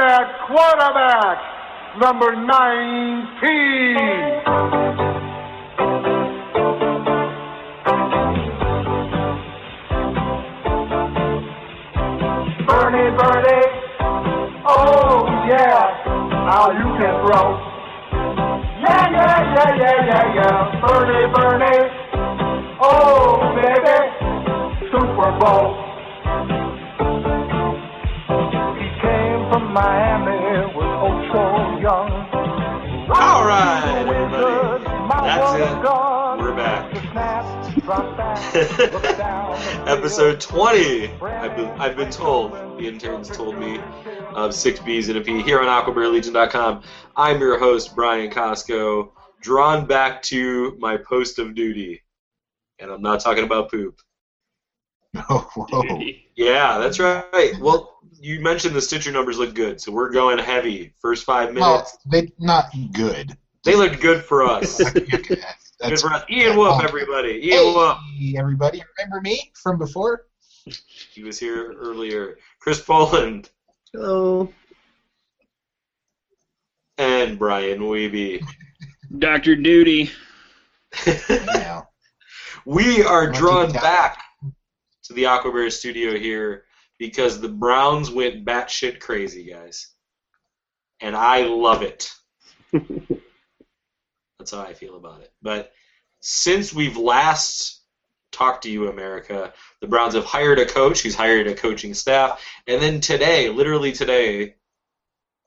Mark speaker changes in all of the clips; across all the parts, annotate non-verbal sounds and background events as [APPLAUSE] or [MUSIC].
Speaker 1: at quarterback, number 19. Bernie, Bernie, oh yeah, now you can throw. Yeah, yeah, yeah, yeah, yeah, yeah. Bernie, Bernie, oh baby, Super Bowl. He came from Miami, was oh so young.
Speaker 2: All right, everybody. That's it.
Speaker 1: That's
Speaker 2: We're back. [LAUGHS]
Speaker 1: it. Drop back, look down the
Speaker 2: Episode 20. I've been, I've been told, the interns told me, of Six Bs and a P here on AquabearLegion.com. I'm your host, Brian Costco, drawn back to my post of duty. And I'm not talking about poop. [LAUGHS]
Speaker 3: Oh, whoa.
Speaker 2: Yeah, that's right. Well, you mentioned the Stitcher numbers look good, so we're going heavy. First five minutes.
Speaker 3: Well, they not
Speaker 2: [LAUGHS]
Speaker 3: good.
Speaker 2: they looked good for us.
Speaker 3: Okay,
Speaker 2: good
Speaker 3: [LAUGHS] that's,
Speaker 2: for us. Ian Wolf, everybody. Ian Wolf.
Speaker 3: hey, everybody, remember me from before?
Speaker 2: He was here earlier. Chris Poland
Speaker 4: Hello.
Speaker 2: and Brian Weeby. [LAUGHS]
Speaker 4: Dr. Duty.
Speaker 3: No.
Speaker 2: we are
Speaker 3: Lucky
Speaker 2: drawn
Speaker 3: cat.
Speaker 2: back to the Aquabear studio here because the Browns went batshit crazy, guys. And I love it. That's how I feel about it. But since we've last talked to you, America, the Browns have hired a coach who's hired a coaching staff. And then today, literally today,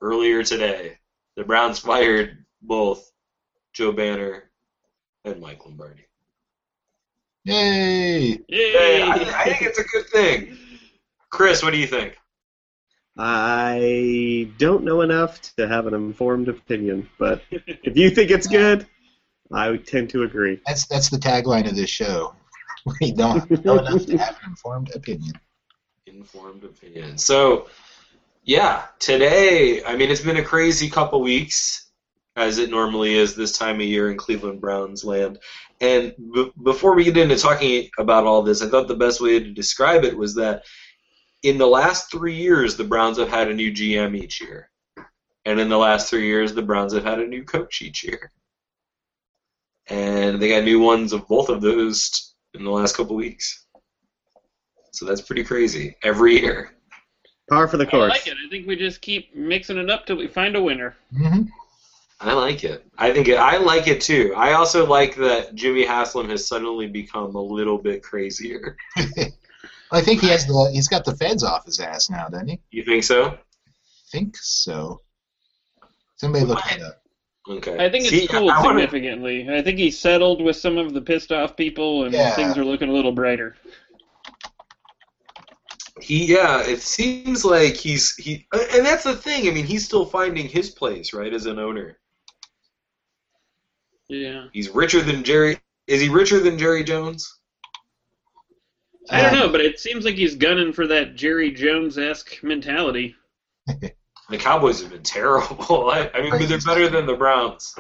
Speaker 2: earlier today, the Browns fired both Joe Banner and Mike Lombardi.
Speaker 3: Yay!
Speaker 2: Hey, I, I think it's a good thing. Chris, what do you think?
Speaker 4: I don't know enough to have an informed opinion, but if you think it's good, I would tend to agree.
Speaker 3: That's that's the tagline of this show. [LAUGHS] We don't know enough to have an informed opinion.
Speaker 2: Informed opinion. So, yeah, today, I mean, it's been a crazy couple weeks, as it normally is this time of year in Cleveland Browns land. And b- before we get into talking about all this, I thought the best way to describe it was that in the last three years, the Browns have had a new GM each year. And in the last three years, the Browns have had a new coach each year. And they got new ones of both of those in the last couple weeks. So that's pretty crazy. Every year.
Speaker 4: Par for the
Speaker 5: I
Speaker 4: course.
Speaker 5: like it. I think we just keep mixing it up till we find a winner.
Speaker 3: hmm
Speaker 2: I like it. I think it, I like it too. I also like that Jimmy Haslam has suddenly become a little bit crazier.
Speaker 3: [LAUGHS] I think he has the he's got the feds off his ass now, doesn't he? I
Speaker 2: You think so?
Speaker 3: think so. Somebody look that up.
Speaker 2: Okay.
Speaker 5: I think
Speaker 2: See,
Speaker 5: it's cooled
Speaker 2: I wanna-
Speaker 5: significantly. I think he settled with some of the pissed off people, and
Speaker 3: Yeah.
Speaker 5: things are looking a little brighter.
Speaker 2: he yeah it seems like he's he and that's the thing i mean he's still finding his place right as an owner
Speaker 5: Yeah.
Speaker 2: he's richer than jerry is he richer than jerry jones
Speaker 5: I don't
Speaker 3: Yeah.
Speaker 5: know, but it seems like he's gunning for that Jerry Jones esque mentality.
Speaker 2: the cowboys have been [LAUGHS] terrible i, I mean but they're better than the browns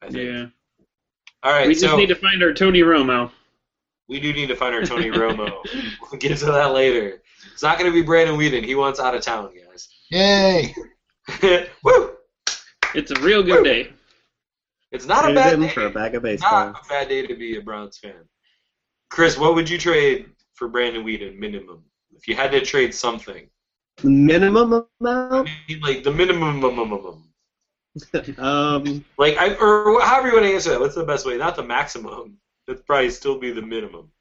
Speaker 2: I think.
Speaker 5: Yeah.
Speaker 2: all right
Speaker 5: we
Speaker 2: so
Speaker 5: just need to find our Tony Romo.
Speaker 2: we do need to find our tony romo [LAUGHS] we'll get to that later it's not going to be brandon whedon he wants out of town guys
Speaker 3: Yay!
Speaker 2: [LAUGHS] Woo!
Speaker 5: It's a real good day.
Speaker 2: it's not a
Speaker 4: Traded
Speaker 2: bad
Speaker 4: him
Speaker 2: day.
Speaker 4: for a bag of baseball.
Speaker 2: not a bad day to be a Browns fan. Chris, what would you trade for Brandon Whedon minimum? If you had to trade something,
Speaker 4: The minimum
Speaker 2: I
Speaker 4: amount?
Speaker 2: mean, like the minimum, minimum.
Speaker 4: Um,
Speaker 2: like I or however you want to answer that. What's the best way? Not the maximum. That'd probably still be the minimum.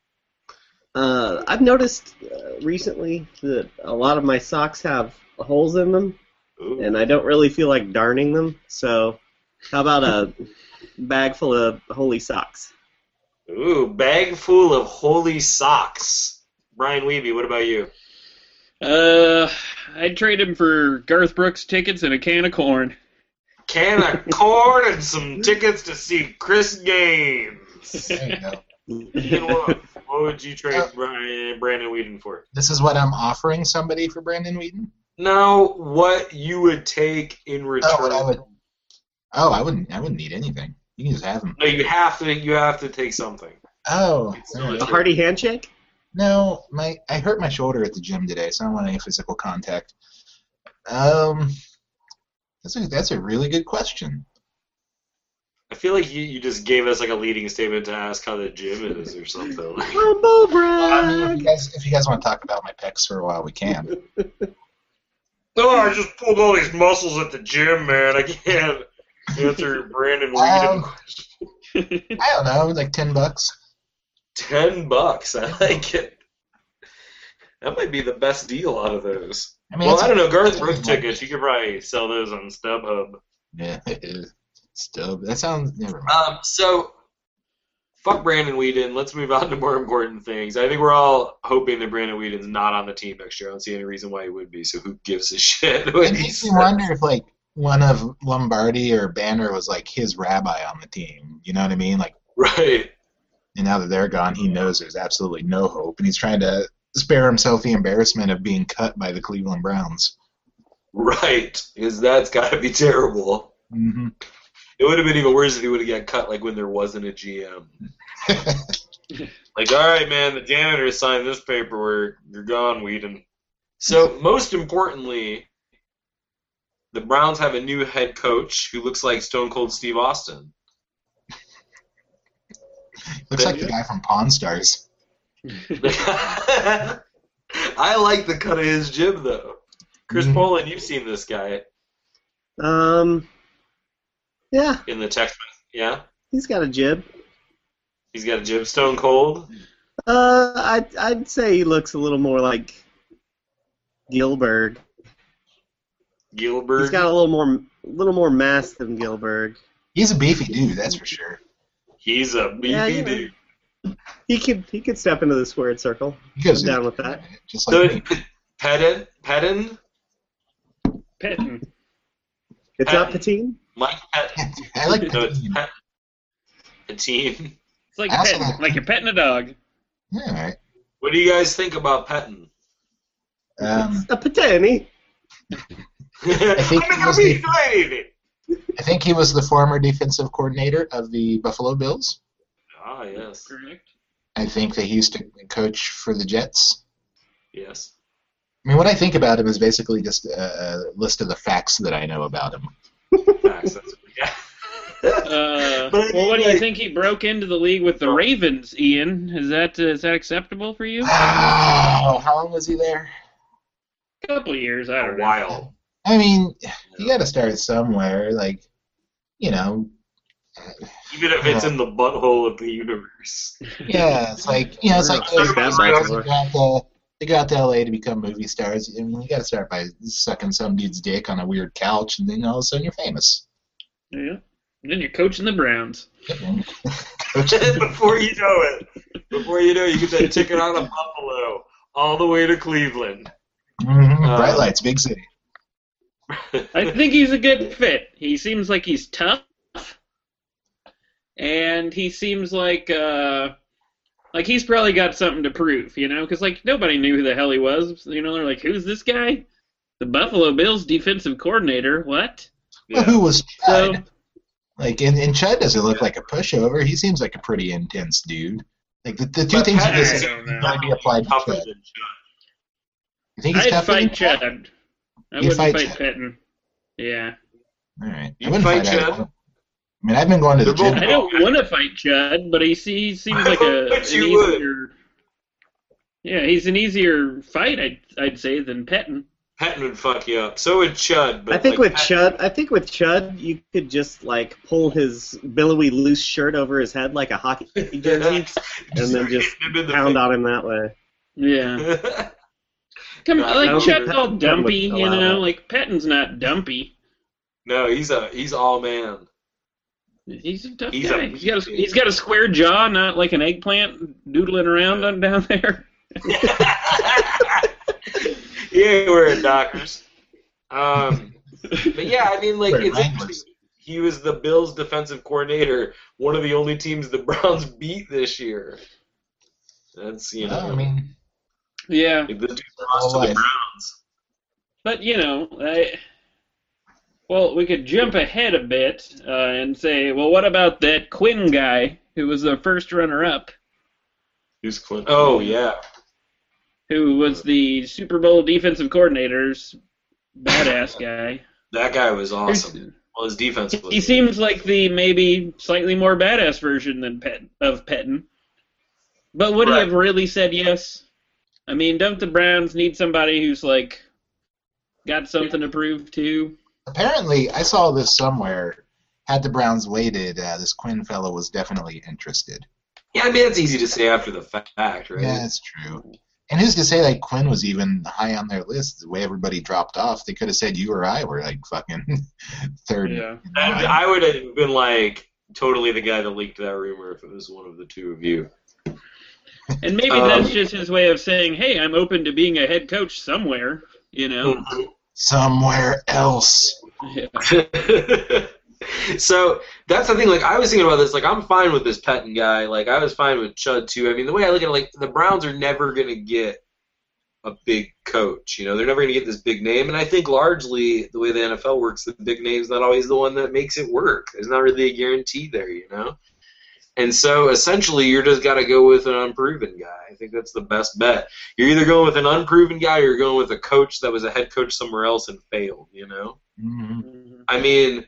Speaker 4: uh, I've noticed uh, recently that a lot of my socks have holes in them,
Speaker 2: Ooh.
Speaker 4: and I don't really feel like darning them, so how about a bag full of holy socks?
Speaker 2: Ooh, bag full of holy socks. Brian Weeby, what about you?
Speaker 5: Uh, I'd trade him for Garth Brooks tickets and a can of corn.
Speaker 2: Can of corn and some tickets to see Chris [LAUGHS] Gaines.
Speaker 3: There you go.
Speaker 2: Ian Wolf, what would you trade
Speaker 3: Oh.
Speaker 2: Brian, Brandon Whedon for?
Speaker 3: This is what I'm offering somebody for Brandon Wheaton.
Speaker 2: No, what you would take in return?
Speaker 3: Oh, what I would. Oh, I wouldn't. I wouldn't need anything. You can just have him.
Speaker 2: No, you have to. You have to take something.
Speaker 3: Oh, all right.
Speaker 4: [LAUGHS] A hearty handshake?
Speaker 3: No, my I hurt my shoulder at the gym today, so I don't want any physical contact. Um, that's a that's a really good question.
Speaker 2: I feel like you, you just gave us like a leading statement to ask how the gym is or something. [LAUGHS]
Speaker 4: Humble
Speaker 3: I mean, if
Speaker 4: brag.
Speaker 3: you guys if you guys want to talk about my pecs for a while, we can.
Speaker 2: [LAUGHS] no, I just pulled all these muscles at the gym, man. I can't answer Brandon Weedham.
Speaker 3: Um, I don't know, like ten bucks.
Speaker 2: Ten bucks. I like it. That might be the best deal out of those.
Speaker 3: I mean,
Speaker 2: well,
Speaker 3: that's-
Speaker 2: I don't know. Garth
Speaker 3: that's
Speaker 2: Brooks
Speaker 3: like-
Speaker 2: tickets. You could probably sell those on StubHub.
Speaker 3: Yeah, [LAUGHS] still that sounds never mind.
Speaker 2: Um, so, fuck Brandon Whedon. Let's move on to more important things. I think we're all hoping that Brandon Whedon's not on the team next year. I don't see any reason why he would be. So who gives a [LAUGHS] shit? what
Speaker 3: It
Speaker 2: he
Speaker 3: makes me
Speaker 2: says?
Speaker 3: wonder if like one of Lombardi or Banner was like his rabbi on the team. You know what I mean? Like,
Speaker 2: [LAUGHS] Right.
Speaker 3: and now that they're gone, he knows there's absolutely no hope, and he's trying to spare himself the embarrassment of being cut by the Cleveland Browns.
Speaker 2: Right. Because that's got to be terrible.
Speaker 3: Mm-hmm.
Speaker 2: It would have been even worse if he would have got cut like when there wasn't a GM. Like, all right, man, the janitor signed this paperwork. You're gone, Whedon. So, most importantly, the Browns have a new head coach who looks like Stone Cold Steve Austin.
Speaker 3: Looks like the guy from Pawn Stars.
Speaker 2: I like the cut of his jib, though. Chris
Speaker 3: Mhm.
Speaker 2: Polin, you've seen this guy
Speaker 4: Um, yeah,
Speaker 2: in the text. message, Yeah,
Speaker 4: he's got a jib.
Speaker 2: he's got a jib. Stone Cold.
Speaker 4: Uh, I I'd say he looks a little more like Gilbert.
Speaker 2: Gilbert.
Speaker 4: He's got a little more little more mass than Gilbert.
Speaker 3: He's a beefy dude, that's for sure.
Speaker 2: He's a beefy
Speaker 4: Yeah, you know.
Speaker 2: dude.
Speaker 4: He could he could step into the squared circle.
Speaker 3: He goes
Speaker 4: down with that.
Speaker 3: Just
Speaker 2: So,
Speaker 3: like me.
Speaker 2: it's Pettin, Pettin,
Speaker 5: Pettin.
Speaker 4: It's
Speaker 2: Uh,
Speaker 4: not Patine.
Speaker 2: Mike Pettin.
Speaker 3: I like
Speaker 2: [LAUGHS] No,
Speaker 3: the
Speaker 2: it's
Speaker 3: team.
Speaker 2: Pet- Pettin.
Speaker 5: It's like
Speaker 3: I also
Speaker 5: petting,
Speaker 3: like-
Speaker 5: like you're petting a dog.
Speaker 3: Yeah, all right.
Speaker 2: What do you guys think about Pettin?
Speaker 3: Um,
Speaker 4: It's a Patini.
Speaker 2: [LAUGHS]
Speaker 3: think
Speaker 2: I'm
Speaker 3: he
Speaker 2: gonna
Speaker 3: was
Speaker 2: be
Speaker 3: the-
Speaker 2: fighting.
Speaker 3: I think he was the former defensive coordinator of the Buffalo Bills.
Speaker 2: Ah, yes,
Speaker 5: Correct.
Speaker 3: I think that he used to coach for the Jets.
Speaker 2: yes.
Speaker 3: I mean, what I think about him is basically just a, a list of the facts that I know about him.
Speaker 2: Facts. That's, yeah.
Speaker 5: Uh,
Speaker 2: But
Speaker 5: well, what do you
Speaker 2: anyway-
Speaker 5: think he broke into the league with the Ravens, Ian? Is that uh, is that acceptable
Speaker 3: [SIGHS]
Speaker 5: for you? A
Speaker 3: Wow, how long was he there?
Speaker 5: couple of years, [LAUGHS] I
Speaker 2: a
Speaker 5: don't know.
Speaker 2: while.
Speaker 3: I mean, you got to start somewhere. Like, you know,
Speaker 2: Even if it's in the butthole of the universe. [LAUGHS]
Speaker 5: [LAUGHS]
Speaker 3: Yeah, it's like you know, it's like
Speaker 4: Take that, Michael.
Speaker 3: they got to they got to LA to become movie stars. I mean, you got to start by sucking some dude's dick on a weird couch, and then all of a sudden
Speaker 2: [LAUGHS]
Speaker 3: you're famous.
Speaker 5: Yeah. And then you're coaching the Browns.
Speaker 3: Mm-hmm.
Speaker 2: Before you know it. Before you know it, you get that ticket out of Buffalo all the way to Cleveland.
Speaker 5: Uh,
Speaker 3: Bright lights, big city.
Speaker 2: [LAUGHS]
Speaker 5: I think he's a good fit. He seems like he's tough, and he seems like uh, like he's probably got something to prove, you know? Because like nobody knew who the hell he was. You know, they're like, "Who's this guy?" The Buffalo Bills defensive coordinator. What?
Speaker 3: Well,
Speaker 2: Yeah.
Speaker 3: who was
Speaker 5: So
Speaker 3: Chud? like? And, and Chud doesn't look like a pushover. He seems like a pretty intense dude. Like the, the two
Speaker 2: But
Speaker 3: things
Speaker 2: Pat-
Speaker 3: that this
Speaker 5: I don't know.
Speaker 3: might be applied to
Speaker 2: Tougher
Speaker 3: Chud.
Speaker 2: than Chud.
Speaker 3: You think he's
Speaker 5: I'd
Speaker 3: tougher than
Speaker 5: fight Chad.
Speaker 3: You'd
Speaker 5: I wouldn't
Speaker 3: fight
Speaker 5: fight,
Speaker 3: Chud.
Speaker 5: Pettin. Yeah,
Speaker 3: All right,
Speaker 2: You'd
Speaker 3: I wouldn't
Speaker 2: fight
Speaker 3: fight either
Speaker 2: Chud.
Speaker 3: one. I mean, I've been going to the
Speaker 2: They're
Speaker 3: gym.
Speaker 5: I don't want to fight Chad, but he, se- he seems like
Speaker 2: [LAUGHS]
Speaker 5: a an
Speaker 2: But you would.
Speaker 5: easier. Yeah, he's an easier fight, I'd, I'd say, than Pettin.
Speaker 2: Patton would fuck you up. So would Chud. But
Speaker 4: I think
Speaker 2: like,
Speaker 4: with
Speaker 2: Patton-
Speaker 4: Chud, I think with Chud, you could just like pull his billowy loose shirt over his head like
Speaker 2: [LAUGHS]
Speaker 4: a hockey jersey, and then just
Speaker 2: hitting him in [LAUGHS] the
Speaker 4: pound
Speaker 2: face.
Speaker 4: on him that way.
Speaker 5: Yeah.
Speaker 2: [LAUGHS]
Speaker 5: Come
Speaker 2: I
Speaker 5: on, like
Speaker 2: don't think
Speaker 5: Chad's all
Speaker 4: Patton
Speaker 5: dumpy,
Speaker 4: would
Speaker 5: you
Speaker 4: allow
Speaker 5: know.
Speaker 4: that.
Speaker 5: Like Patton's not dumpy.
Speaker 2: no, he's a he's all man.
Speaker 5: He's a tough
Speaker 2: He's a-
Speaker 5: guy. he's got a, he's got a square jaw, not like an eggplant doodling around on down [LAUGHS] there.
Speaker 2: he ain't wearing Dockers. Um, but yeah, I mean, like
Speaker 3: Wearing
Speaker 2: it's
Speaker 3: Wranglers.
Speaker 2: interesting. He was the Bills' defensive coordinator, one of the only teams the [LAUGHS] Browns beat this year. That's [LAUGHS] you know,
Speaker 3: I mean,
Speaker 5: Yeah,
Speaker 2: like, the dude
Speaker 3: all
Speaker 2: lost to the
Speaker 3: life.
Speaker 2: Browns.
Speaker 5: but you know, I, well, we could jump ahead a bit uh, and say, well, what about that Quinn guy who was the first runner-up,
Speaker 2: Who's Clint? Oh yeah,
Speaker 5: who was the Super Bowl defensive coordinator's
Speaker 2: [LAUGHS]
Speaker 5: badass guy.
Speaker 2: That guy was awesome. Well, his defense was.
Speaker 5: He seems like the maybe slightly more badass version than Pet of Petton. But would he
Speaker 2: Right.
Speaker 5: have really said yes? I mean, don't the Browns need somebody who's like got something to prove to?
Speaker 3: Apparently, I saw this somewhere. Had the Browns waited, uh, this Quinn fellow was definitely interested.
Speaker 2: Yeah, I mean, it's easy to say after the fact, right?
Speaker 3: Yeah, that's true. And who's to say like Quinn was even high on their list? The way everybody dropped off, they could have said you or I were like fucking [LAUGHS] third.
Speaker 5: Yeah.
Speaker 3: in
Speaker 2: And
Speaker 3: line.
Speaker 2: I would have been like totally the guy that leaked that rumor if it was one of the two of you.
Speaker 5: And maybe
Speaker 2: Um,
Speaker 5: that's just his way of saying, "Hey, I'm open to being a head coach somewhere." You know.
Speaker 3: Somewhere else.
Speaker 5: Yeah.
Speaker 2: [LAUGHS] so that's the thing. Like I was thinking about this. Like I'm fine with this Petton guy. Like I was fine with Chud too. I mean, the way I look at it, like the Browns are never gonna get a big coach. You know, they're never gonna get this big name. And I think largely the way the NFL works, the big name's not always the one that makes it work. There's not really a guarantee there. You know. And so essentially, you're just got to go with an unproven guy. I think that's the best bet. You're either going with an unproven guy or you're going with a coach that was a head coach somewhere else and failed, you know?
Speaker 3: Mhm.
Speaker 2: I mean,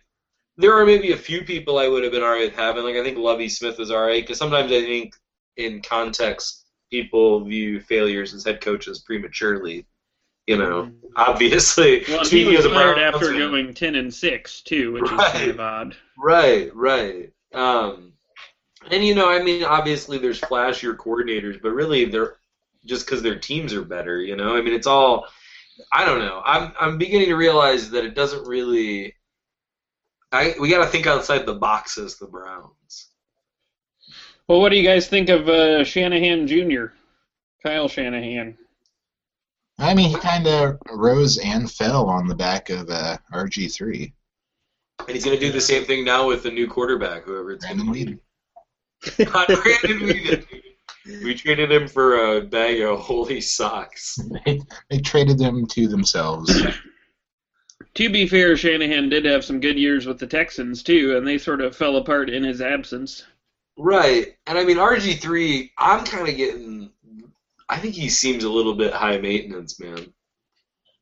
Speaker 2: there are maybe a few people I would have been alright with having. Like I think Lovey Smith was alright because sometimes I think in context people view failures as head coaches prematurely. You
Speaker 5: Mm-hmm.
Speaker 2: know, obviously.
Speaker 5: Well, he
Speaker 2: Speaking
Speaker 5: was
Speaker 2: of the
Speaker 5: fired
Speaker 2: Browns,
Speaker 5: after going ten and six too, which is kind of odd.
Speaker 2: Right, right. Um, and you know, I mean, obviously there's flashier coordinators, but really they're just because their teams are better. You know, I mean, it's all. I don't know. I'm I'm beginning to realize that it doesn't really. I we got to think outside the box as the Browns.
Speaker 5: Well, what do you guys think of uh, Shanahan Jr., Kyle Shanahan?
Speaker 3: I mean, he kind of rose and fell on the back of uh, RG3.
Speaker 2: And he's going to do the same thing now with the new quarterback, whoever it's going [LAUGHS] to
Speaker 3: Brandon Weeden.
Speaker 2: be. Not Brandon Weeden. We traded him for a bag of holy socks.
Speaker 3: They, they traded them to themselves.
Speaker 5: To be fair, Shanahan did have some good years with the Texans too, and they sort of fell apart in his absence.
Speaker 2: Right. And I mean RG three, I'm kinda getting I think he seems a little bit high maintenance, man.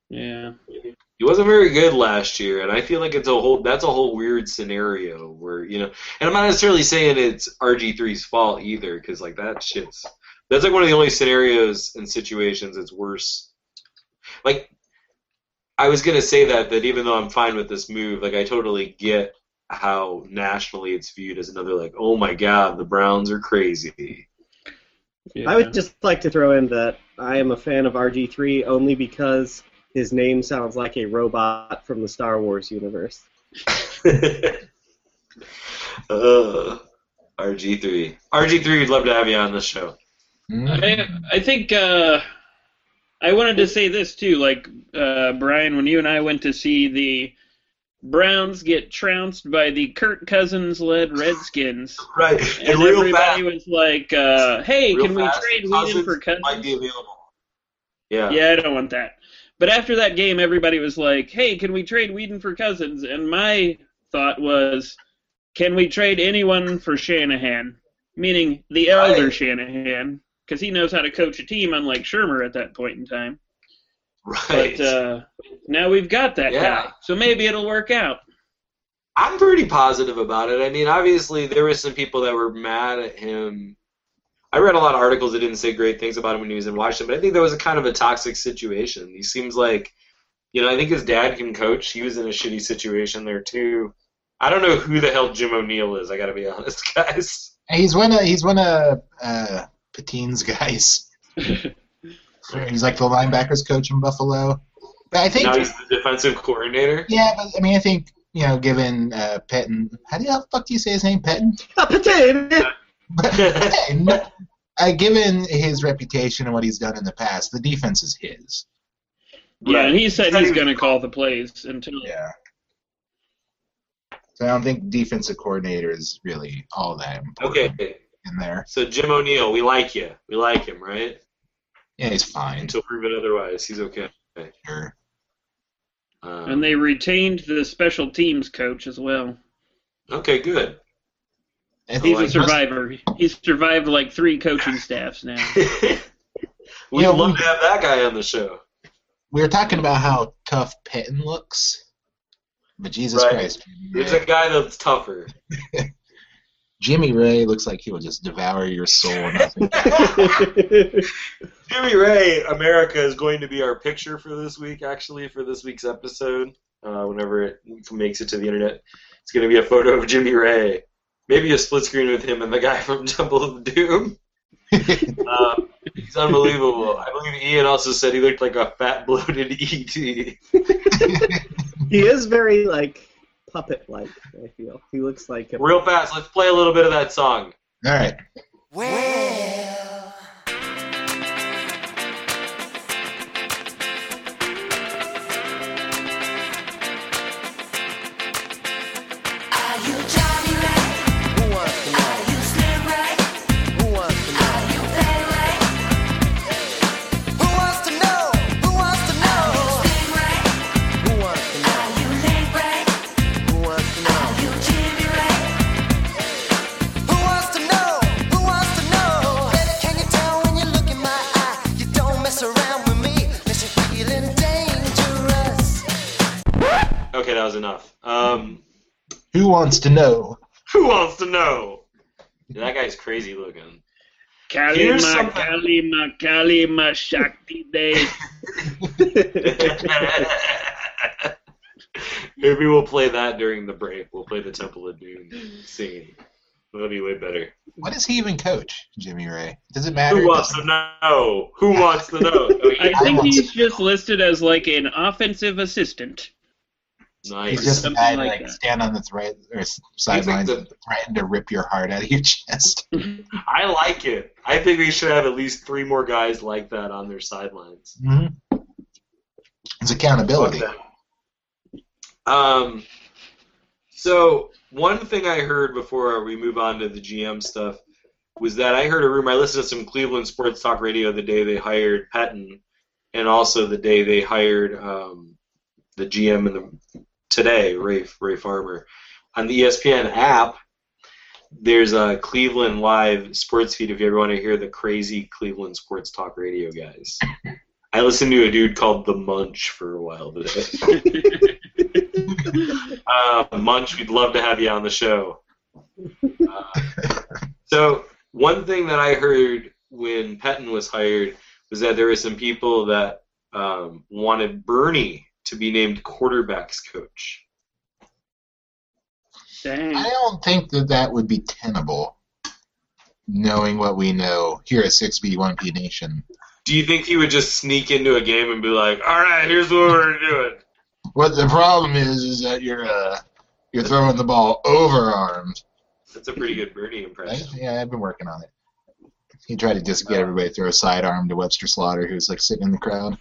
Speaker 5: Yeah.
Speaker 2: He wasn't very good last year, and I feel like it's a whole that's a whole weird scenario where, you know and I'm not necessarily saying it's RG 3s fault either, because like that shit's that's like one of the only scenarios and situations that's worse. Like I was gonna say that that even though I'm fine with this move, like I totally get how nationally it's viewed as another like, oh my god, the Browns are crazy.
Speaker 5: yeah.
Speaker 4: I would just like to throw in that I am a fan of RG3 only because his name sounds like a robot from the Star Wars universe.
Speaker 2: uh, RG3. RG3, we'd love to have you on the show.
Speaker 3: Mm-hmm.
Speaker 5: I, I think uh, I wanted to say this too. Like uh, Brian, when you and I went to see the Browns get trounced by the Kirk Cousins-led Redskins,
Speaker 2: Right.
Speaker 5: and everybody was like, uh, "Hey,
Speaker 2: Real
Speaker 5: can
Speaker 2: fast,
Speaker 5: we trade
Speaker 2: Cousins
Speaker 5: Whedon for Cousins?"
Speaker 2: Might be available. Yeah.
Speaker 5: Yeah, I don't want that. But after that game, everybody was like, "Hey, can we trade Whedon for Cousins?" And my thought was, "Can we trade anyone for Shanahan?" Meaning the elder
Speaker 2: Right.
Speaker 5: Shanahan, because he knows how to coach a team, unlike Shermer at that point in time.
Speaker 2: Right.
Speaker 5: But uh, now we've got that
Speaker 2: Yeah.
Speaker 5: guy, so maybe it'll work out.
Speaker 2: I'm pretty positive about it. I mean, obviously, there were some people that were mad at him. I read a lot of articles that didn't say great things about him when he was in Washington, but I think that was a kind of a toxic situation. He seems like, you know, I think his dad can coach. He was in a shitty situation there, too. I don't know who the hell Jim O'Neill is, I gotta be honest, [LAUGHS] guys.
Speaker 3: He's one of he's one of uh, Patine's guys. he's like the linebackers coach in Buffalo. But I think,
Speaker 2: Now he's the defensive coordinator.
Speaker 3: yeah, but I mean, I think you know, given uh, Petton, how do you how the fuck do you say his name, Petton?
Speaker 4: A potato! [LAUGHS]
Speaker 3: Petton. Uh, given his reputation and what he's done in the past, the defense is his.
Speaker 5: Yeah, and he said
Speaker 2: Not
Speaker 5: he's
Speaker 2: even-
Speaker 5: going to call the plays until
Speaker 3: Yeah. So I don't think defensive coordinator is really all that important
Speaker 2: [LAUGHS] Okay,
Speaker 3: in there.
Speaker 2: so Jim O'Neill, we like you. We like him, right?
Speaker 3: Yeah, he's fine.
Speaker 2: Until proven otherwise, he's okay.
Speaker 3: Sure.
Speaker 2: Um,
Speaker 5: And they retained the special teams coach as well.
Speaker 2: okay, good. [LAUGHS]
Speaker 3: I think
Speaker 5: He's
Speaker 2: like
Speaker 5: a
Speaker 2: this-
Speaker 5: survivor. He's survived like three coaching staffs now.
Speaker 2: We'd
Speaker 3: Yeah,
Speaker 2: love
Speaker 3: we-
Speaker 2: to have that guy on the show.
Speaker 3: we were talking about how tough Pitten looks. But Jesus
Speaker 2: Right.
Speaker 3: Christ, Jimmy
Speaker 2: There's
Speaker 3: Ray,
Speaker 2: a guy that's tougher.
Speaker 3: Jimmy Ray looks like he will just devour your soul. and nothing. [LAUGHS]
Speaker 2: Jimmy Ray, America is going to be our picture for this week, actually, for this week's episode. Uh, whenever it makes it to the internet, it's going to be a photo of Jimmy Ray. Maybe a split screen with him and the guy [LAUGHS] from Temple of Doom. uh, he's unbelievable. I believe Ian also said he looked like a E fat, bloated [LAUGHS] ET.
Speaker 4: he is very like puppet like. I feel he looks like a
Speaker 2: Real fast, let's play a little bit of that song.
Speaker 3: All right.
Speaker 6: Well, are you Johnny right?
Speaker 7: Who wants to
Speaker 6: Are
Speaker 7: know?
Speaker 6: you Slim right?
Speaker 7: Who wants to know?
Speaker 6: Are you Fat right?
Speaker 7: Who wants to know? Who wants to know?
Speaker 6: Are you Slim right?
Speaker 7: Oh. Who wants to
Speaker 6: Are
Speaker 7: know?
Speaker 6: you Link right?
Speaker 7: Who wants to know?
Speaker 6: Are you Jimmy right?
Speaker 7: Who wants to know? Who wants to know? Baby, can you tell when you look in my eye? You don't mess around with me unless you're feeling dangerous.
Speaker 2: Okay, that was enough. Um,
Speaker 3: Who wants to know?
Speaker 2: who wants to know? Dude, that guy's crazy looking. Here's
Speaker 5: Kalima,
Speaker 2: something-
Speaker 5: Kalima, Kalima, Shakti Day.
Speaker 2: [LAUGHS] Maybe we'll play that during the break. We'll play the Temple of Doom singing. That'll be way better.
Speaker 3: What does he even coach, Jimmy Ray? Does it matter?
Speaker 2: Who wants to know? Who wants to know? Oh, yeah.
Speaker 5: I think he's just listed as like an offensive assistant.
Speaker 3: He's
Speaker 2: Nice.
Speaker 3: just a guy
Speaker 5: Something like
Speaker 3: like,
Speaker 5: that.
Speaker 3: stand on the thread or s- sidelines
Speaker 2: the-
Speaker 3: and threaten to rip your heart out of your [LAUGHS] chest.
Speaker 2: I like it. I think we should have at least three more guys like that on their sidelines.
Speaker 3: hmm It's accountability.
Speaker 2: Fuck that. Um, so one thing I heard before we move on to the GM stuff was that I heard a rumor. I listened to some Cleveland sports talk radio the day they hired Patton, and also the day they hired um, the GM in the today Ray Ray Farmer on the E ESPN app. There's a Cleveland live sports feed if you ever want to hear the crazy Cleveland sports talk radio guys. I listened to a dude called The Munch for a while today. uh, Munch, we'd love to have you on the show. Uh, so, one thing that I heard when Patton was hired was that there were some people that um, wanted Bernie to be named quarterbacks coach.
Speaker 5: Dang.
Speaker 3: I don't think that that would be tenable, knowing what we know here at 6B1P Nation.
Speaker 2: Do you think he would just sneak into a game and be like, all right, here's what we're doing?
Speaker 3: What the problem is is that you're uh, you're throwing the ball overarmed.
Speaker 2: That's a pretty good Bernie
Speaker 3: Right?
Speaker 2: impression.
Speaker 3: Yeah, I've been working on it. He tried to just get everybody to throw a sidearm to Webster Slaughter, who's like sitting in the crowd.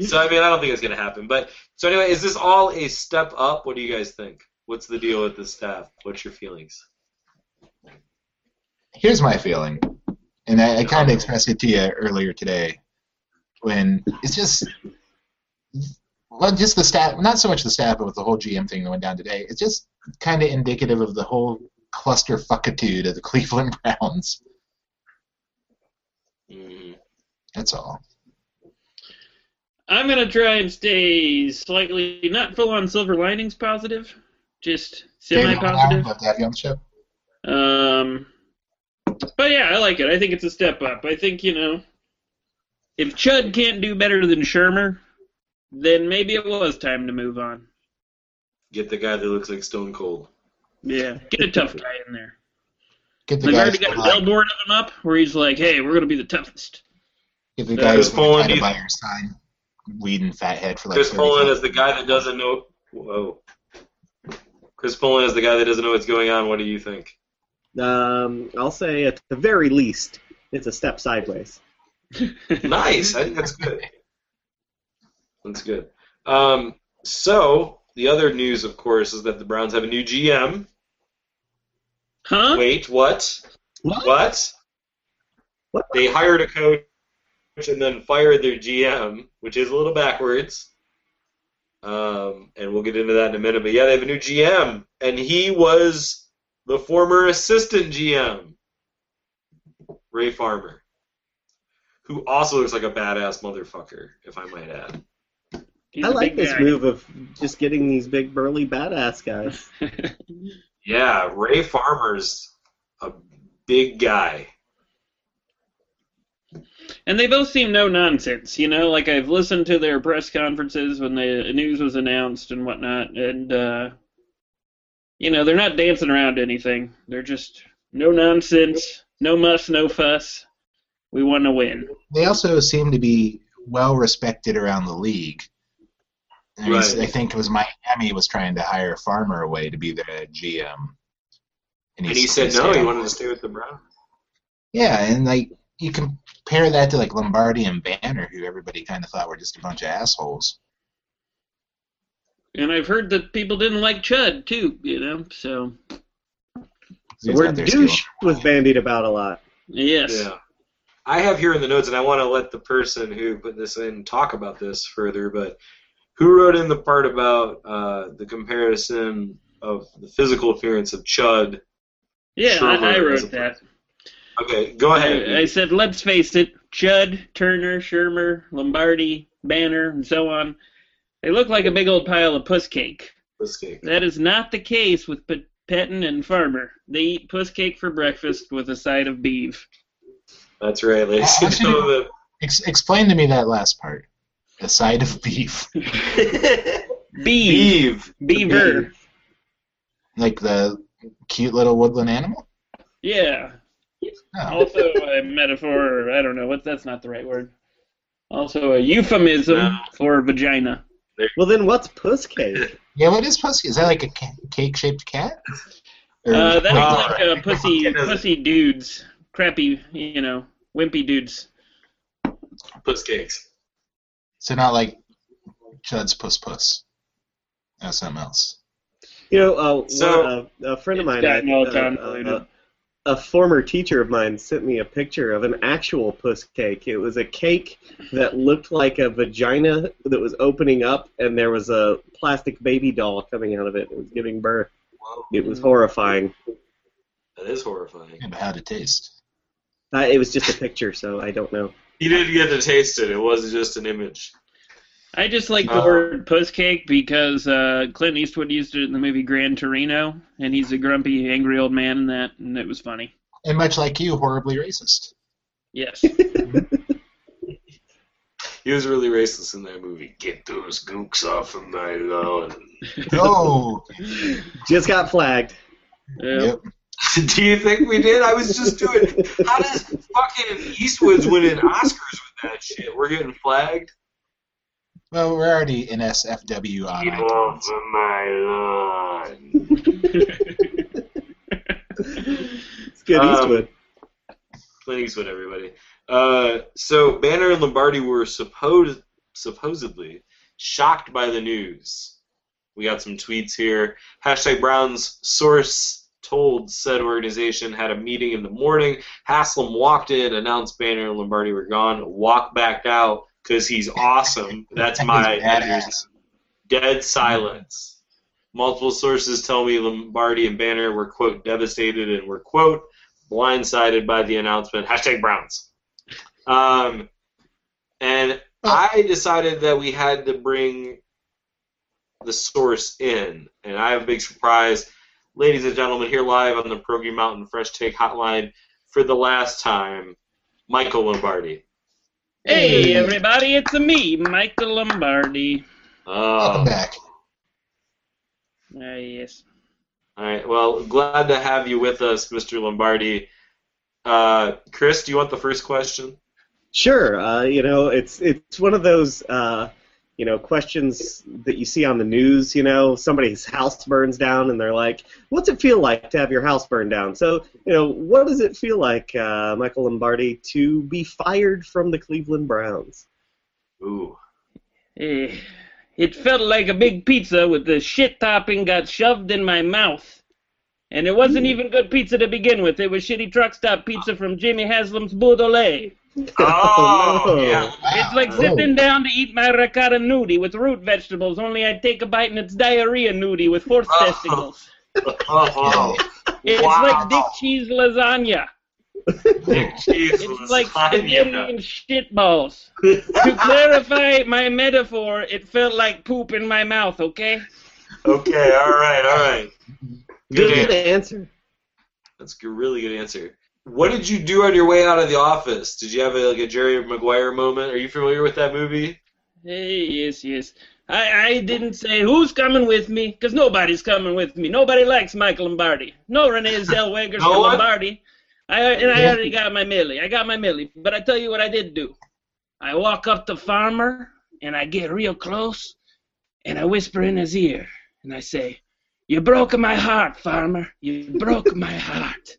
Speaker 2: So, I mean, I don't think it's going to happen. But, so anyway, is this all a step up? What do you guys think? What's the deal with the staff? What's your feelings?
Speaker 3: here's my feeling, and I, I kind of expressed it to you earlier today. When it's just, well, just the staff, not so much the staff, but with the whole GM thing that went down today, it's just kind of indicative of the whole clusterfuckitude of the [LAUGHS] Cleveland Browns.
Speaker 2: Mm.
Speaker 3: That's all.
Speaker 5: I'm gonna try and stay slightly not full on silver linings positive, just semi
Speaker 3: David, I'd
Speaker 5: positive.
Speaker 3: love to have you on the show.
Speaker 5: Um, but yeah, I like it. I think it's a step up. I think you know, if Chud can't do better than Shermer, then maybe it was time to move on.
Speaker 2: Get the guy that looks like Stone Cold.
Speaker 5: Yeah, get a tough guy in there.
Speaker 3: Get the
Speaker 5: They've
Speaker 3: guys,
Speaker 5: already got a
Speaker 3: like,
Speaker 5: billboard of him up where he's like, "Hey, we're gonna be the toughest."
Speaker 3: get the
Speaker 5: Yeah,
Speaker 3: guys
Speaker 2: Chris Pollan,
Speaker 3: to
Speaker 2: he's-
Speaker 3: buy your sign, weed and fathead for like.
Speaker 2: Chris
Speaker 3: 30
Speaker 2: Poland is the guy that doesn't know. Whoa. Chris Poland is the guy that doesn't know what's going on. What do you think?
Speaker 4: [LAUGHS] Um, I'll say at the very least, it's a step sideways.
Speaker 2: Nice. I think that's good. [LAUGHS] That's good. Um, so the other news, of course, is that the Browns have a new GM.
Speaker 5: Huh?
Speaker 2: Wait, what?
Speaker 4: What?
Speaker 2: What?
Speaker 4: What?
Speaker 2: They hired a coach and then fired their GM, which is a little backwards. Um, and we'll get into that in a minute. But yeah, they have a new GM, and he was the former assistant GM, Ray Farmer, who also looks like a badass motherfucker, if I might add.
Speaker 5: He's
Speaker 4: I
Speaker 5: a big
Speaker 4: like this
Speaker 5: guy.
Speaker 4: move of just getting these big burly badass guys.
Speaker 2: Yeah, Ray Farmer's a big guy.
Speaker 5: [LAUGHS] And they both seem no nonsense, you know. Like I've listened to their press conferences when the news was announced and whatnot, and uh, you know they're not dancing around anything. They're just no nonsense, no muss, no fuss. We want to win.
Speaker 3: They also seem to be well respected around the league. I, mean,
Speaker 2: Right.
Speaker 3: I think it was Miami was trying to hire Farmer away to be the GM,
Speaker 2: And he said no,
Speaker 3: stayed
Speaker 2: he
Speaker 3: on.
Speaker 2: wanted to stay with the Browns.
Speaker 3: Yeah, and like you compare that to like Lombardi and Banner, who everybody kind of thought were just a bunch of assholes.
Speaker 5: And I've heard that people didn't like Chud too, you know. So
Speaker 3: 'Cause
Speaker 4: The
Speaker 3: he was
Speaker 4: word
Speaker 3: out there stealing
Speaker 4: douche was bandied about a lot.
Speaker 5: yes,
Speaker 2: Yeah. I have here in the notes, and I want to let the person who put this in talk about this further, but who wrote in the part about uh, the comparison of the physical appearance of Chud?
Speaker 5: yeah,
Speaker 2: Shermer
Speaker 5: I, I
Speaker 2: as a
Speaker 5: wrote that.
Speaker 2: Okay, go ahead.
Speaker 5: I, I said, let's face it, Judd, Turner, Shermer, Lombardi, Banner, and so on. They look like a big old pile of puss cake.
Speaker 2: Let's see.
Speaker 5: That is not the case with P- Petton and Farmer. They eat puss cake for breakfast with a side of beef.
Speaker 2: That's right, ladies [LAUGHS] and
Speaker 3: Actually-
Speaker 2: gentlemen.
Speaker 3: Ex- explain to me that last part. The side of beef, [LAUGHS]
Speaker 5: Beef.
Speaker 2: Eve.
Speaker 5: Beaver.
Speaker 3: like the cute little woodland animal.
Speaker 5: Yeah.
Speaker 2: Oh.
Speaker 3: No.
Speaker 5: Also a metaphor, or I don't know, what that's not the right word. Also a euphemism
Speaker 2: No.
Speaker 5: for vagina.
Speaker 4: Well, then what's puss cake?
Speaker 3: Yeah, what is pussy? Is that like a ca- cake-shaped cat? Or-
Speaker 5: Uh, that
Speaker 2: Oh,
Speaker 5: looks like uh,
Speaker 2: [LAUGHS]
Speaker 5: pussy,
Speaker 2: It doesn't.
Speaker 5: pussy dudes, crappy, you know, wimpy dudes.
Speaker 2: Puss cakes.
Speaker 3: so not like Judd's puss puss. That's something else.
Speaker 4: You know, uh, one-
Speaker 2: So-
Speaker 4: uh, a friend of
Speaker 5: It's
Speaker 4: mine,
Speaker 5: gotten
Speaker 4: I-
Speaker 5: all
Speaker 4: uh,
Speaker 5: convoluted.
Speaker 4: uh, uh, a former teacher of mine sent me a picture of an actual puss cake. It was a cake that looked like a vagina that was opening up, and there was a plastic baby doll coming out of it. It was giving birth.
Speaker 2: Whoa,
Speaker 4: It was horrifying.
Speaker 2: that is horrifying.
Speaker 3: And how to taste.
Speaker 4: Uh, it was just a picture, so I don't know. [LAUGHS]
Speaker 2: You didn't get to taste it. It was just an image.
Speaker 5: I just like the
Speaker 2: Uh,
Speaker 5: word puss cake because uh, Clint Eastwood used it in the movie Gran Torino, and he's a grumpy, angry old man in that, and it was funny.
Speaker 3: And much like you, horribly
Speaker 5: [LAUGHS]
Speaker 3: racist.
Speaker 5: Yes.
Speaker 2: He was really racist in that movie. Get those gooks off of my lawn. [LAUGHS]
Speaker 3: No.
Speaker 4: Just got flagged.
Speaker 5: Uh,
Speaker 3: yep.
Speaker 2: Do you think we did? I was just doing. How
Speaker 4: [LAUGHS]
Speaker 2: does fucking Eastwood's winning Oscars with that shit? We're getting flagged.
Speaker 3: Well, we're already in SFW on
Speaker 2: Get
Speaker 3: iTunes.
Speaker 2: off of my lawn.
Speaker 4: It's good
Speaker 2: Um,
Speaker 4: Eastwood.
Speaker 2: Clint Eastwood, everybody. Uh, so Banner and Lombardi were supposed supposedly shocked by the news. We got some tweets here. Hashtag Browns source told said organization had a meeting in the morning. Haslam walked in, announced Banner and Lombardi were gone, walked back out because he's awesome. That's
Speaker 3: That
Speaker 2: my
Speaker 3: is badass.
Speaker 2: dead silence. Multiple sources tell me Lombardi and Banner were quote devastated and were quote blindsided by the announcement. Hashtag Browns. Um, and I decided that we had to bring the source in, and I have a big surprise, ladies and gentlemen, here live on the Pierogi Mountain Fresh Take Hotline for the last time, Michael Lombardi.
Speaker 5: hey, everybody, it's me, Michael Lombardi.
Speaker 2: Oh,
Speaker 3: Welcome back.
Speaker 5: Ah, yes.
Speaker 2: All right. Well, glad to have you with us, Mr. Lombardi. Uh, Chris, do you want the first question?
Speaker 4: Sure. Uh, you know, it's it's one of those uh, you know questions that you see on the news. You know, somebody's [LAUGHS] house burns down, and they're like, "What's it feel like to have your house burned down?" So, you know, what does it feel like, uh, Michael Lombardi, to be fired from the Cleveland Browns? [LAUGHS]
Speaker 2: Ooh.
Speaker 5: Eh, It felt like a big pizza with the shit topping got shoved in my mouth. And it wasn't even good pizza to begin with. It was shitty truck stop pizza from Jimmy Haslam's Boudoulet.
Speaker 2: Oh,
Speaker 4: no.
Speaker 2: yeah.
Speaker 3: Wow.
Speaker 5: It's like
Speaker 3: Oh.
Speaker 5: sitting down to eat my ricotta nudie with root vegetables, only I take a bite and it's diarrhea nudie with horse
Speaker 2: Oh.
Speaker 5: testicles.
Speaker 2: Oh,
Speaker 5: It's
Speaker 2: wow.
Speaker 5: like Dick Cheese lasagna.
Speaker 2: Dick cheese
Speaker 5: It's
Speaker 2: was
Speaker 5: like
Speaker 2: Hanya.
Speaker 5: Indian shit balls. to clarify my metaphor, it felt like poop in my mouth. Okay.
Speaker 2: Okay, all right, all right. Good
Speaker 4: Good
Speaker 2: answer.
Speaker 4: answer.
Speaker 2: That's a really good answer. What did you do on your way out of the office? Did you have a, like a Jerry Maguire moment? Are you familiar with that movie?
Speaker 5: Hey, yes, yes. I, I didn't say who's coming with me, 'cause nobody's coming with me. Nobody likes Michael Lombardi. No Renee
Speaker 2: [LAUGHS]
Speaker 5: Zellweger
Speaker 2: No
Speaker 5: for
Speaker 2: one?
Speaker 5: Lombardi. I, and I already got my millie. I got my millie. But I tell you what I did do. I walk up to Farmer, and I get real close, and I whisper in his ear, and I say, you broke my heart, Farmer. You broke my heart.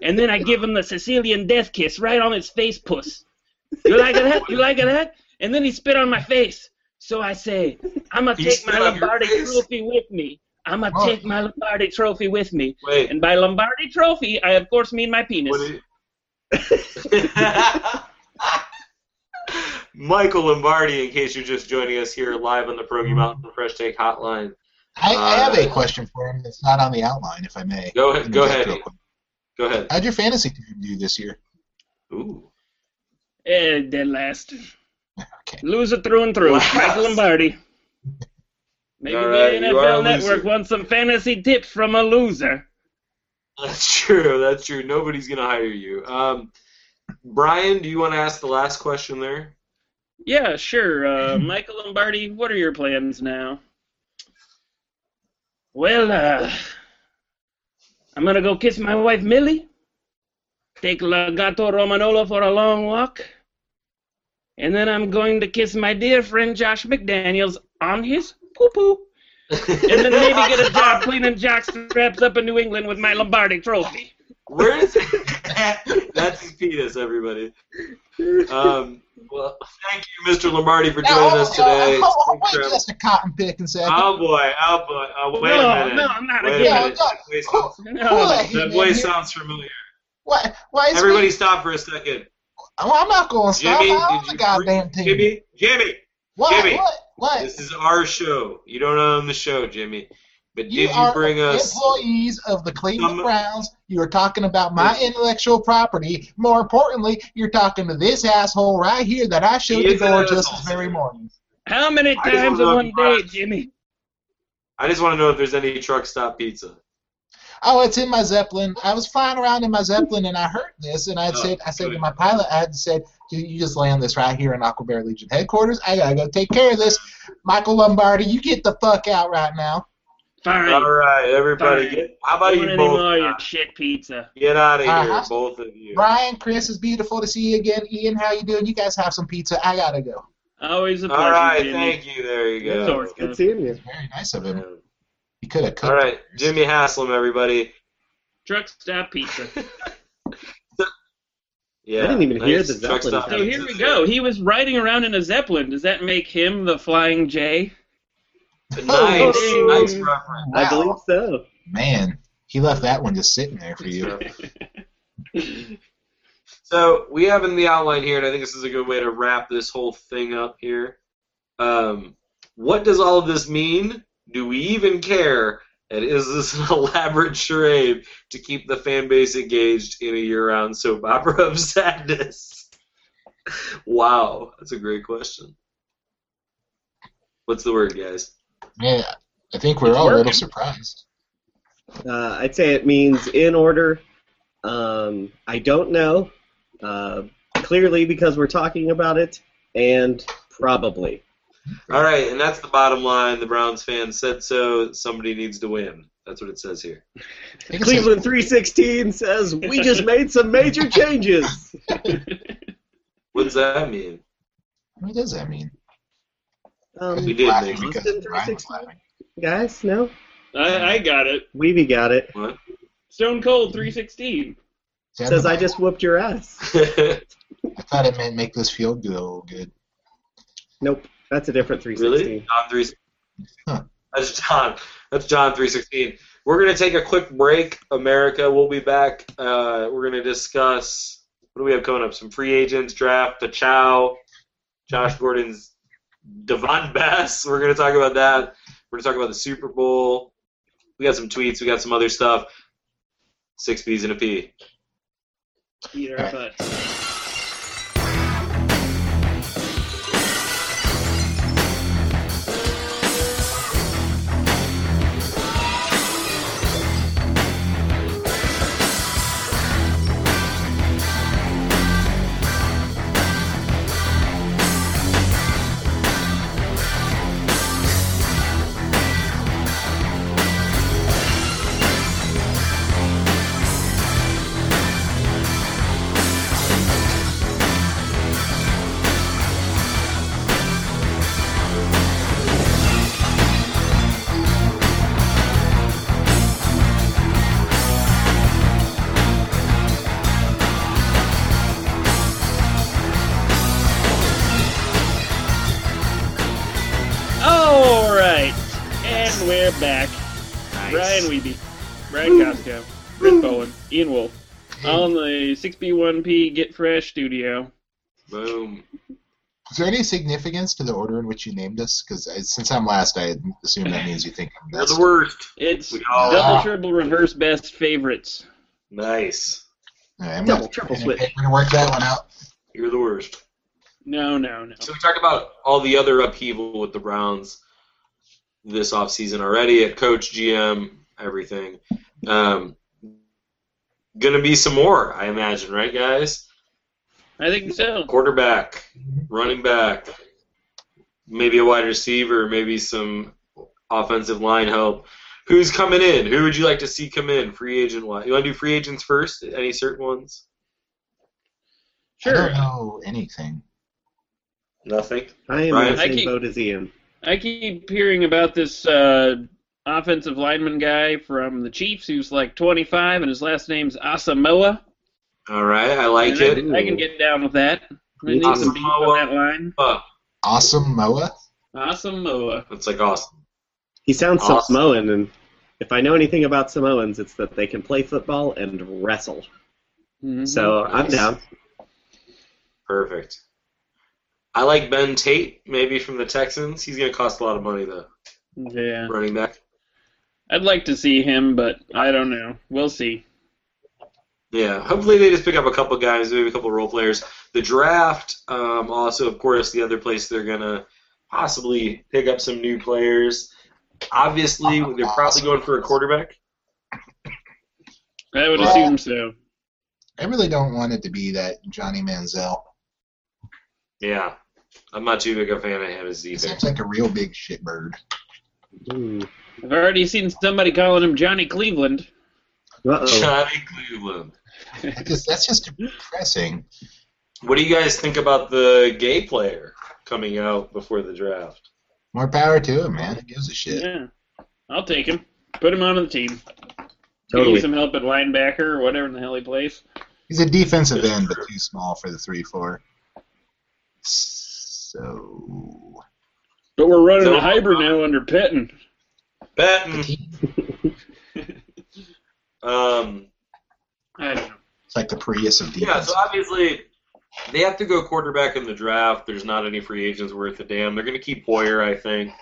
Speaker 5: And then I give him the Sicilian death kiss right on his face, puss. You like that? You like that? And then he spit on my face. So I say, I'm gonna
Speaker 2: He
Speaker 5: take
Speaker 2: spit
Speaker 5: my
Speaker 2: on your
Speaker 5: Lombardi
Speaker 2: face?
Speaker 5: trophy with me. I'm gonna
Speaker 3: Oh.
Speaker 5: take my Lombardi trophy with me.
Speaker 2: Wait,
Speaker 5: And by Lombardi trophy, I of course mean my penis.
Speaker 2: what did [LAUGHS] Michael Lombardi, in case you're just joining us here live on the Pierogi Mountain Fresh Take Hotline.
Speaker 3: I, I have
Speaker 2: Uh,
Speaker 3: a question for him that's not on the outline, if I may.
Speaker 2: Go ahead- go
Speaker 3: Interject
Speaker 2: ahead.
Speaker 3: real quick.
Speaker 2: Go ahead.
Speaker 3: How'd your fantasy team do this year?
Speaker 2: Ooh.
Speaker 5: Eh, dead last.
Speaker 3: Okay.
Speaker 5: Loser through and through.
Speaker 2: Last.
Speaker 5: Michael Lombardi. Maybe
Speaker 2: All
Speaker 5: the
Speaker 2: right, you are a
Speaker 5: NFL Network
Speaker 2: loser.
Speaker 5: wants some fantasy tips from a loser.
Speaker 2: That's true. That's true. Nobody's going to hire you. Um, Brian, do you want to ask the last question there?
Speaker 5: Yeah,
Speaker 2: [LAUGHS]
Speaker 5: sure. Uh, Michael Lombardi, what are your plans now? Well, uh, I'm gonna go kiss my wife Millie, take La Gato Romanolo for a long walk, and then I'm going to kiss my dear friend Josh McDaniels on his poo poo, and then maybe get
Speaker 2: [LAUGHS]
Speaker 5: a job cleaning jock straps up in New England with my Lombardi trophy.
Speaker 2: Where is [LAUGHS] it? That's his penis, everybody. Um, well, thank you, Mr. Lombardi, for joining us today.
Speaker 3: Oh, oh, wait just a cotton pick and say,
Speaker 2: Oh boy! Oh boy! Oh, wait
Speaker 5: no,
Speaker 2: a minute!
Speaker 5: no, I'm not
Speaker 2: wait
Speaker 5: again.
Speaker 2: a minute.
Speaker 3: No,
Speaker 2: That voice,
Speaker 3: who,
Speaker 5: No,
Speaker 3: who
Speaker 2: [LAUGHS] that
Speaker 3: let you in
Speaker 2: voice
Speaker 3: here?
Speaker 2: sounds familiar.
Speaker 3: Why, why is
Speaker 2: Everybody,
Speaker 3: Everybody,
Speaker 2: stop for a second.
Speaker 3: I'm not going to stop.
Speaker 2: Jimmy,
Speaker 3: I'm
Speaker 2: did
Speaker 3: the
Speaker 2: you
Speaker 3: goddamn team.
Speaker 2: Jimmy, Jimmy,
Speaker 3: what,
Speaker 2: Jimmy,
Speaker 3: what? What?
Speaker 2: this is our show. You don't own the show, Jimmy. But did
Speaker 3: You
Speaker 2: you,
Speaker 3: are
Speaker 2: bring us?
Speaker 3: employees of the Cleveland
Speaker 2: Some-
Speaker 3: Browns. You are talking about my intellectual property. More importantly, you're talking to this asshole right here that I showed
Speaker 2: He
Speaker 3: the
Speaker 2: is an
Speaker 3: door just
Speaker 2: asshole,
Speaker 3: this very
Speaker 2: sir.
Speaker 3: morning.
Speaker 5: how many
Speaker 2: I don't
Speaker 5: times in
Speaker 2: love
Speaker 5: one day,
Speaker 2: Lombardi.
Speaker 5: Jimmy?
Speaker 2: I just want to know if there's any truck stop pizza.
Speaker 3: Oh, it's in my Zeppelin. I was flying around in my Zeppelin and I heard this and I had
Speaker 2: Oh,
Speaker 3: said I said to
Speaker 2: good.
Speaker 3: my pilot, I had said, "You- you just land this right here in Aqua Bear Legion headquarters. I gotta go take care of this. Michael Lombardi, you get the fuck out right now.
Speaker 5: Fine.
Speaker 2: All right, everybody.
Speaker 5: Fine.
Speaker 2: Get, how about
Speaker 5: Don't want
Speaker 2: you
Speaker 5: any
Speaker 2: both?
Speaker 5: more of your
Speaker 2: now?
Speaker 5: shit pizza.
Speaker 2: Get out of here,
Speaker 3: Uh-huh.
Speaker 2: both of you.
Speaker 3: Brian, Chris, it's beautiful to see you again. Ian, how you doing? You guys have some pizza. I gotta go.
Speaker 5: Always a pleasure,
Speaker 2: All right,
Speaker 5: Jimmy.
Speaker 2: thank you. There you
Speaker 5: It's
Speaker 2: go.
Speaker 5: always
Speaker 4: Good
Speaker 5: good.
Speaker 4: seeing you.
Speaker 3: Very nice of him. He could have cooked.
Speaker 2: All right, Jimmy Haslam, everybody.
Speaker 5: Truck
Speaker 2: [LAUGHS]
Speaker 5: stop pizza.
Speaker 2: Yeah,
Speaker 4: I didn't even hear the
Speaker 2: truck
Speaker 4: Zeppelin
Speaker 2: stop
Speaker 5: So Oh, here we go. He was riding around in a zeppelin. Does that make him the flying J?
Speaker 2: Nice,
Speaker 4: Oh.
Speaker 2: nice reference.
Speaker 4: I
Speaker 3: Wow.
Speaker 4: believe so.
Speaker 3: Man, he left that one just sitting there for you.
Speaker 2: [LAUGHS] So we have in the outline here, and I think this is a good way to wrap this whole thing up here. Um, what does all of this mean? Do we even care? And is this an [LAUGHS] elaborate charade to keep the fan base engaged in a year-round soap opera of [LAUGHS] sadness? wow, that's a great question. What's the word, guys?
Speaker 3: Man, I think we're all a little surprised.
Speaker 4: Uh, I'd say it means in order. Um, I don't know. Uh, clearly, because we're talking about it, and
Speaker 2: [LAUGHS]
Speaker 4: probably.
Speaker 2: All right, and that's the bottom line. The Browns fan said so. Somebody needs to win. That's what it says here.
Speaker 3: I think it's
Speaker 4: Cleveland 316 says, We just made some major changes.
Speaker 2: What does that mean? [LAUGHS]
Speaker 3: like- what does that mean?
Speaker 4: Um,
Speaker 2: We did make-
Speaker 3: Laughing because
Speaker 4: Austin
Speaker 3: Brian was
Speaker 4: 360?
Speaker 3: laughing.
Speaker 4: Guys, no?
Speaker 5: I, I got it.
Speaker 4: Weeby got it.
Speaker 2: What?
Speaker 5: Stone Cold 316.
Speaker 3: Sounded
Speaker 4: Says, I
Speaker 3: like-
Speaker 4: just whooped your ass.
Speaker 3: I thought it meant make this feel good. a little good.
Speaker 4: Nope. That's a different
Speaker 2: Really?
Speaker 4: 316.
Speaker 2: John three.
Speaker 3: Huh.
Speaker 2: That's John. That's John three sixteen. We're gonna take a quick break, America. We'll be back. Uh, we're gonna discuss what do we have coming up? Some free agents, draft, Pachow, Josh Gordon's Devon Bass. [LAUGHS] We're gonna talk about that. We're gonna talk about the Super Bowl. We got some tweets. We got some other stuff. Six B's and a P.
Speaker 5: Eat our
Speaker 3: All right.
Speaker 5: butts. All right, and we're back. Brian Weeby, Brian Costco, Chris Bowen, Ian Wolf, all in the 6B1P Get Fresh studio.
Speaker 2: Boom.
Speaker 3: Is there any significance to the order in which you named us? Because since I'm last, I assume that means you think I'm
Speaker 2: You're
Speaker 3: best.
Speaker 2: the worst.
Speaker 5: It's
Speaker 2: We all
Speaker 5: double
Speaker 3: are.
Speaker 5: triple reverse best favorites.
Speaker 2: Nice.
Speaker 3: All right, I'm
Speaker 4: Double,
Speaker 3: gonna,
Speaker 4: triple
Speaker 3: I'm
Speaker 4: switch.
Speaker 3: gonna- I'm gonna work that one out.
Speaker 2: You're the worst.
Speaker 5: No, no, no.
Speaker 2: So we talked about all the other upheaval with the Browns this offseason already at coach, GM, everything. Um, gonna be some more, I imagine, right, guys?
Speaker 5: I think so.
Speaker 2: Quarterback, running back, maybe a wide receiver, maybe some offensive line help. Who's coming in? Who would you like to see come in, free agent wise? You want to do free agents first? Any certain ones?
Speaker 3: I
Speaker 5: Sure.
Speaker 3: don't know anything.
Speaker 2: Nothing.
Speaker 4: I am
Speaker 2: Brian,
Speaker 4: in the
Speaker 5: I
Speaker 4: same
Speaker 5: keep-
Speaker 4: boat as Ian.
Speaker 5: I keep hearing about this uh, offensive lineman guy from the Chiefs who's like 25 and his last name's Asamoah.
Speaker 2: All right, I like
Speaker 5: And I,
Speaker 2: it.
Speaker 5: can- I can get down with that. I need some beef on that line.
Speaker 2: Uh,
Speaker 3: Awesome Moa.
Speaker 5: Asamoah.
Speaker 2: that's like awesome.
Speaker 4: He sounds
Speaker 2: Awesome.
Speaker 4: Samoan, and if I know anything about Samoans, it's that they can play football and wrestle.
Speaker 5: Mhm.
Speaker 4: So I'm
Speaker 2: Mm-hmm. Nice.
Speaker 4: down.
Speaker 2: Perfect. I like Ben Tate, maybe from the Texans. He's going to cost a lot of money, though.
Speaker 5: yeah.
Speaker 2: Running back.
Speaker 5: I'd like to see him, but I don't know. We'll see.
Speaker 2: Yeah. Hopefully they just pick up a couple guys, maybe a couple role players. The draft, um, also, of course, the other place they're going to possibly pick up some new players. Obviously, they're probably going for a quarterback.
Speaker 5: I would
Speaker 3: Well-
Speaker 5: assume so.
Speaker 3: I really don't want it to be that Johnny Manziel.
Speaker 2: Yeah. I'm not too big a fan of him as
Speaker 3: He
Speaker 2: either.
Speaker 3: seems like a real big shitbird.
Speaker 4: Hmm.
Speaker 5: I've already seen somebody calling him Johnny Cleveland.
Speaker 4: Uh-oh.
Speaker 2: Johnny Cleveland.
Speaker 3: That just- that's just depressing.
Speaker 2: What do you guys think about the gay player coming out before the draft?
Speaker 3: More power to him, man. Who gives a shit?
Speaker 5: Yeah. I'll take him. Put him on the team. Give him
Speaker 4: Totally.
Speaker 5: some help at linebacker or whatever in the hell he plays.
Speaker 3: He's a defensive
Speaker 2: That's
Speaker 3: end, but
Speaker 2: true.
Speaker 3: too small for the three-four. So
Speaker 5: But we're running
Speaker 2: So-
Speaker 5: a hybrid now under Petton.
Speaker 2: Patton. [LAUGHS] um,
Speaker 5: I don't know.
Speaker 3: it's like the Prius of
Speaker 2: yeah,
Speaker 3: defense.
Speaker 2: so obviously they have to go quarterback in the draft. There's not any free agents worth a damn. They're going to keep Boyer, I think.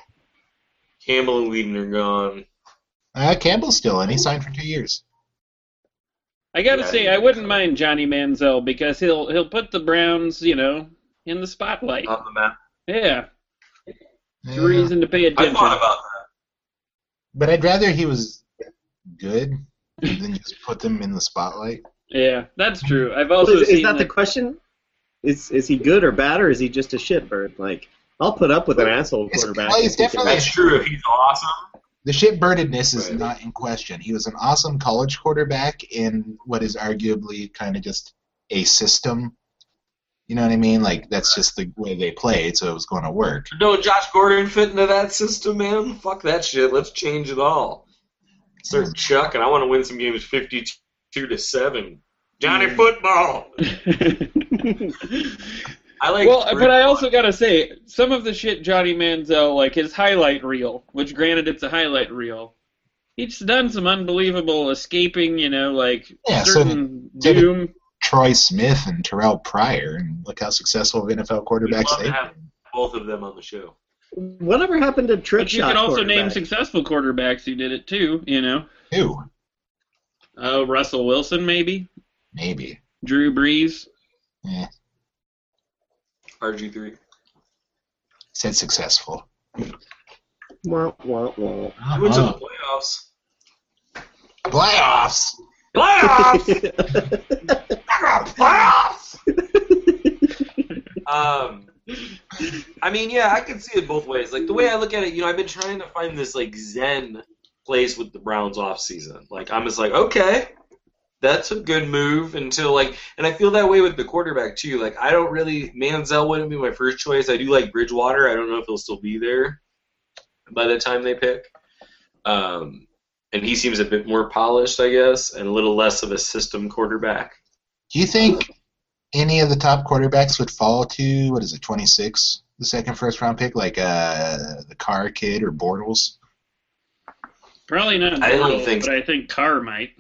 Speaker 2: Campbell and Whedon are gone.
Speaker 3: uh, Campbell's still in. He signed for two years.
Speaker 5: I gotta
Speaker 2: Yeah,
Speaker 5: say,
Speaker 2: I
Speaker 5: I
Speaker 2: think
Speaker 5: wouldn't
Speaker 2: so.
Speaker 5: mind Johnny Manziel because he'll he'll put the Browns, you know, in the spotlight.
Speaker 2: On the map.
Speaker 5: yeah,
Speaker 3: Yeah.
Speaker 5: reason to pay
Speaker 2: I
Speaker 5: attention.
Speaker 2: thought about that.
Speaker 3: But I'd rather he was good than just put them in the spotlight.
Speaker 5: yeah, that's true. I've also
Speaker 4: Is,
Speaker 5: seen
Speaker 4: is that the question? Is is he good or bad, or is he just a shitbird? Like, I'll put up with an asshole
Speaker 3: It's-
Speaker 4: quarterback.
Speaker 3: well, he's
Speaker 4: if he can-
Speaker 3: definitely-
Speaker 2: That's true. He's awesome.
Speaker 3: The shitbirdedness is
Speaker 2: Right.
Speaker 3: not in question. He was an awesome college quarterback in what is arguably kind of just a system. You know what I mean? Like that's just the way they played, so it was going to work.
Speaker 2: No, Josh Gordon fit into that system, man. Fuck that shit. Let's change it all.
Speaker 3: Um, Mm.
Speaker 2: Start chucking. I want to win some games 52 to 7. Johnny football.
Speaker 5: [LAUGHS]
Speaker 2: I like
Speaker 5: well, but I also gotta say, some of the shit Johnny Manziel, like his highlight reel, which granted it's a highlight reel, he's done some unbelievable escaping, you know, like
Speaker 3: Yeah, so
Speaker 5: certain
Speaker 3: did- did-
Speaker 5: doom.
Speaker 3: Troy Smith and Terrell Pryor, and look how successful NFL
Speaker 2: We'd
Speaker 3: quarterbacks
Speaker 2: love
Speaker 3: they.
Speaker 2: to have both of them on the show.
Speaker 4: Whatever happened to trick
Speaker 5: But you
Speaker 4: shot
Speaker 5: can also name
Speaker 4: quarterback?
Speaker 5: successful quarterbacks who did it too, you know.
Speaker 3: Who?
Speaker 5: Oh, Russell Wilson, maybe.
Speaker 3: Maybe.
Speaker 5: Drew Brees.
Speaker 3: Yeah,
Speaker 2: RG3.
Speaker 3: said successful.
Speaker 4: Wah, wah, wah.
Speaker 2: He went to the
Speaker 3: Uh-huh.
Speaker 2: playoffs.
Speaker 3: Playoffs. Ah.
Speaker 2: Playoffs! playoffs! um, I mean, yeah, I can see it both ways. Like the way I look at it, you know, I've been trying to find this like zen place with the Browns off season. Like I'm just like, okay, that's a good move until like, and I feel that way with the quarterback too. Like I don't really Manziel wouldn't be my first choice. I do like Bridgewater. I don't know if he'll still be there by the time they pick. Um, and he seems a bit more polished, I guess, and a little less of a system quarterback.
Speaker 3: Do you think any of the top quarterbacks would fall to what is it, 26, the second first round pick, like uh, the Carr kid or Bortles? [LAUGHS]
Speaker 5: Probably not.
Speaker 2: I don't
Speaker 5: Bortles,
Speaker 2: think so.
Speaker 5: But I think Carr might.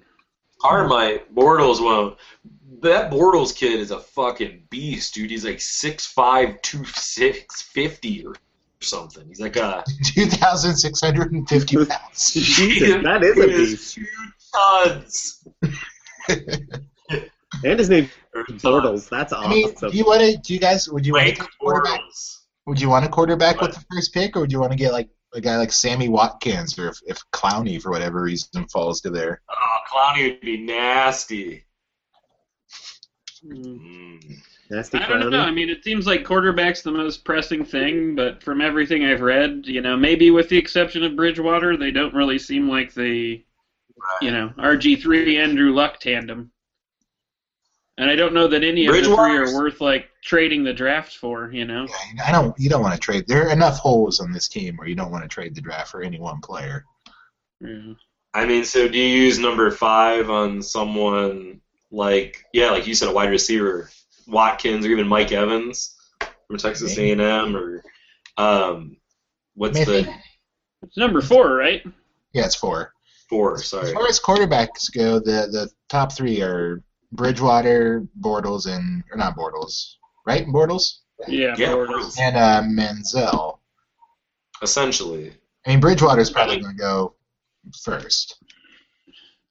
Speaker 2: Carr might, Bortles won't. That Bortles kid is a fucking beast, dude. He's like 6'5", 250 or something. He's like a
Speaker 3: 2,650 pounds.
Speaker 2: [LAUGHS]
Speaker 4: Jesus, that is a
Speaker 2: He is
Speaker 4: beast.
Speaker 2: Two tons.
Speaker 4: [LAUGHS] And
Speaker 5: [LAUGHS]
Speaker 4: his name
Speaker 2: Or
Speaker 4: Bortles. That's
Speaker 3: I mean,
Speaker 4: awesome.
Speaker 3: do you want to? Do you guys? Would you want to
Speaker 2: Blake
Speaker 3: take a quarterback?
Speaker 2: Bortles.
Speaker 3: Would you want a quarterback with the first pick, or would you want to get like a guy like Sammy Watkins, or if, if Clowney for whatever reason falls to there?
Speaker 2: Oh, Clowney would be nasty.
Speaker 5: Mm.
Speaker 2: Mm.
Speaker 4: Nasty
Speaker 5: I don't know. I
Speaker 4: Clowney.
Speaker 5: mean, it seems like quarterback's the most pressing thing, but from everything I've read, you know, maybe with the exception of Bridgewater, they don't really seem like the, you know, RG3 Andrew Luck tandem. And I don't know that any of the three are
Speaker 2: Bridgewater's-
Speaker 5: worth like trading the draft for. You know,
Speaker 3: Yeah, I don't. You don't want to trade. There are enough holes on this team where you don't want to trade the draft for any one player.
Speaker 5: Yeah.
Speaker 2: I mean, so do you use number five on someone like yeah, like you said, a wide receiver, Watkins, or even Mike Evans from Texas A
Speaker 3: Maybe.
Speaker 2: and M, or um, what's
Speaker 3: Maybe.
Speaker 2: the
Speaker 5: it's number four, right?
Speaker 3: Yeah, it's four.
Speaker 2: four?
Speaker 3: As
Speaker 2: Sorry,
Speaker 3: far as quarterbacks go, the the top three are Bridgewater, Bortles, and or not Bortles, right? Bortles
Speaker 5: Yeah.
Speaker 2: yeah,
Speaker 5: Bortles.
Speaker 2: Bortles,
Speaker 3: and uh, Menzel.
Speaker 2: essentially.
Speaker 3: I mean, Bridgewater's probably going to go first.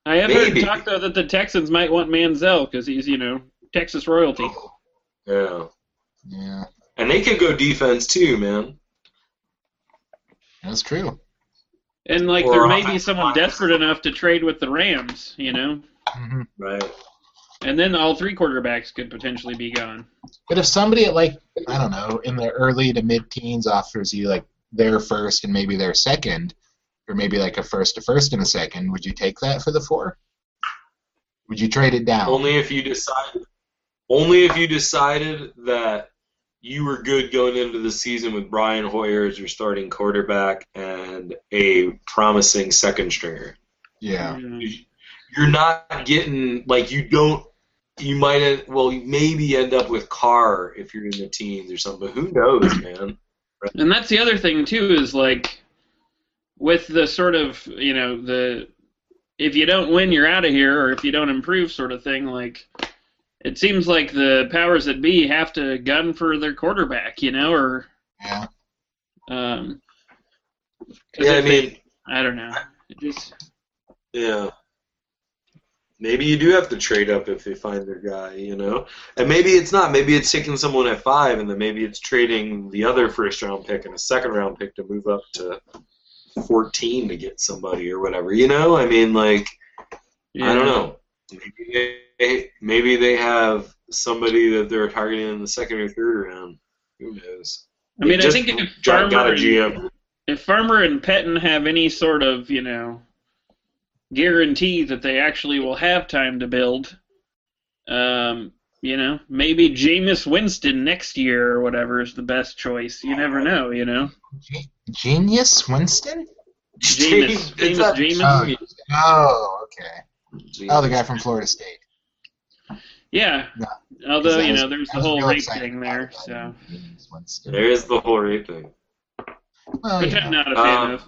Speaker 5: I have
Speaker 2: Maybe.
Speaker 5: heard talk though that the Texans might want Manziel because he's you know Texas royalty.
Speaker 2: Yeah,
Speaker 3: Yeah,
Speaker 2: and they could go defense too, man.
Speaker 3: that's true.
Speaker 5: And like
Speaker 2: Or
Speaker 5: there may be
Speaker 2: offensive
Speaker 5: someone
Speaker 2: line.
Speaker 5: desperate enough to trade with the Rams, you know.
Speaker 3: hmm
Speaker 2: Right.
Speaker 5: And then all three quarterbacks could potentially be gone.
Speaker 3: But if somebody at like I don't know in the early to mid teens offers you like their first and maybe their second, or maybe like a first to first and a second, would you take that for the four? Would you trade it down?
Speaker 2: Only if you decide. Only if you decided that you were good going into the season with Brian Hoyer as your starting quarterback and a promising second stringer.
Speaker 3: yeah.
Speaker 2: you're not getting like you don't you might end, well you maybe end up with Carr if you're in the teens or something. Who knows, man?
Speaker 5: And that's the other thing too is like with the sort of you know the if you don't win you're out of here or if you don't improve sort of thing like it seems like the powers that be have to gun for their quarterback you know or
Speaker 3: Yeah.
Speaker 5: um 'cause
Speaker 2: Yeah, I
Speaker 5: if they-
Speaker 2: mean,
Speaker 5: I don't know It just
Speaker 2: yeah. Maybe you do have to trade up if they find their guy, you know. And maybe it's not. Maybe it's taking someone at five, and then maybe it's trading the other first round pick and a second round pick to move up to fourteen to get somebody or whatever. You know, I mean, like I don't know. Maybe they, maybe they have somebody that they're targeting in the second or third round. Who knows?
Speaker 5: I mean I
Speaker 2: Just
Speaker 5: think if
Speaker 2: John got a
Speaker 5: Farmer and-
Speaker 2: GM.
Speaker 5: if Farmer and Petton have any sort of, you know, guarantee that they actually will have time to build, um, you know, maybe Jameis Winston next year or whatever is the best choice. You never know, you know.
Speaker 3: Ge- Genius Winston?
Speaker 5: Jameis,
Speaker 2: [LAUGHS] It's
Speaker 5: Jameis,
Speaker 2: not-
Speaker 5: Jameis.
Speaker 3: Oh, okay. Oh, the guy from Florida State.
Speaker 5: Yeah.
Speaker 3: Yeah. Because
Speaker 5: Although,
Speaker 3: I
Speaker 5: you
Speaker 3: was-
Speaker 5: know, there's
Speaker 3: I
Speaker 5: the
Speaker 3: was
Speaker 5: whole
Speaker 3: real
Speaker 5: rape
Speaker 3: excited
Speaker 5: thing
Speaker 3: about
Speaker 5: there,
Speaker 3: it.
Speaker 5: so
Speaker 3: Genius Winston.
Speaker 2: There is the whole rape thing.
Speaker 3: Well,
Speaker 5: which
Speaker 3: you
Speaker 5: I'm
Speaker 3: know.
Speaker 5: not a fan
Speaker 2: Um,
Speaker 5: of.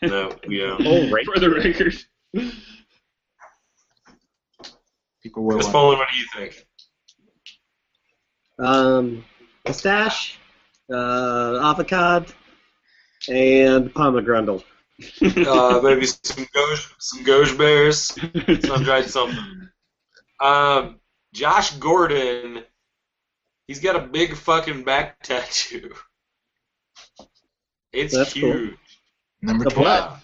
Speaker 2: No, we um,
Speaker 3: [LAUGHS]
Speaker 2: don't.
Speaker 4: Oh, right.
Speaker 5: For the record.
Speaker 3: People were
Speaker 2: Miss
Speaker 3: like-
Speaker 2: Poland, what do you think?
Speaker 4: Um, pistache, uh, avocado, and pomegranate.
Speaker 5: [LAUGHS]
Speaker 2: [LAUGHS] Uh, maybe some gauge, some gauge bears, sun dried something. Um, Josh Gordon, he's got a big fucking back tattoo. It's
Speaker 4: That's cool.
Speaker 2: huge.
Speaker 3: Number
Speaker 4: The
Speaker 3: 12.
Speaker 4: blood.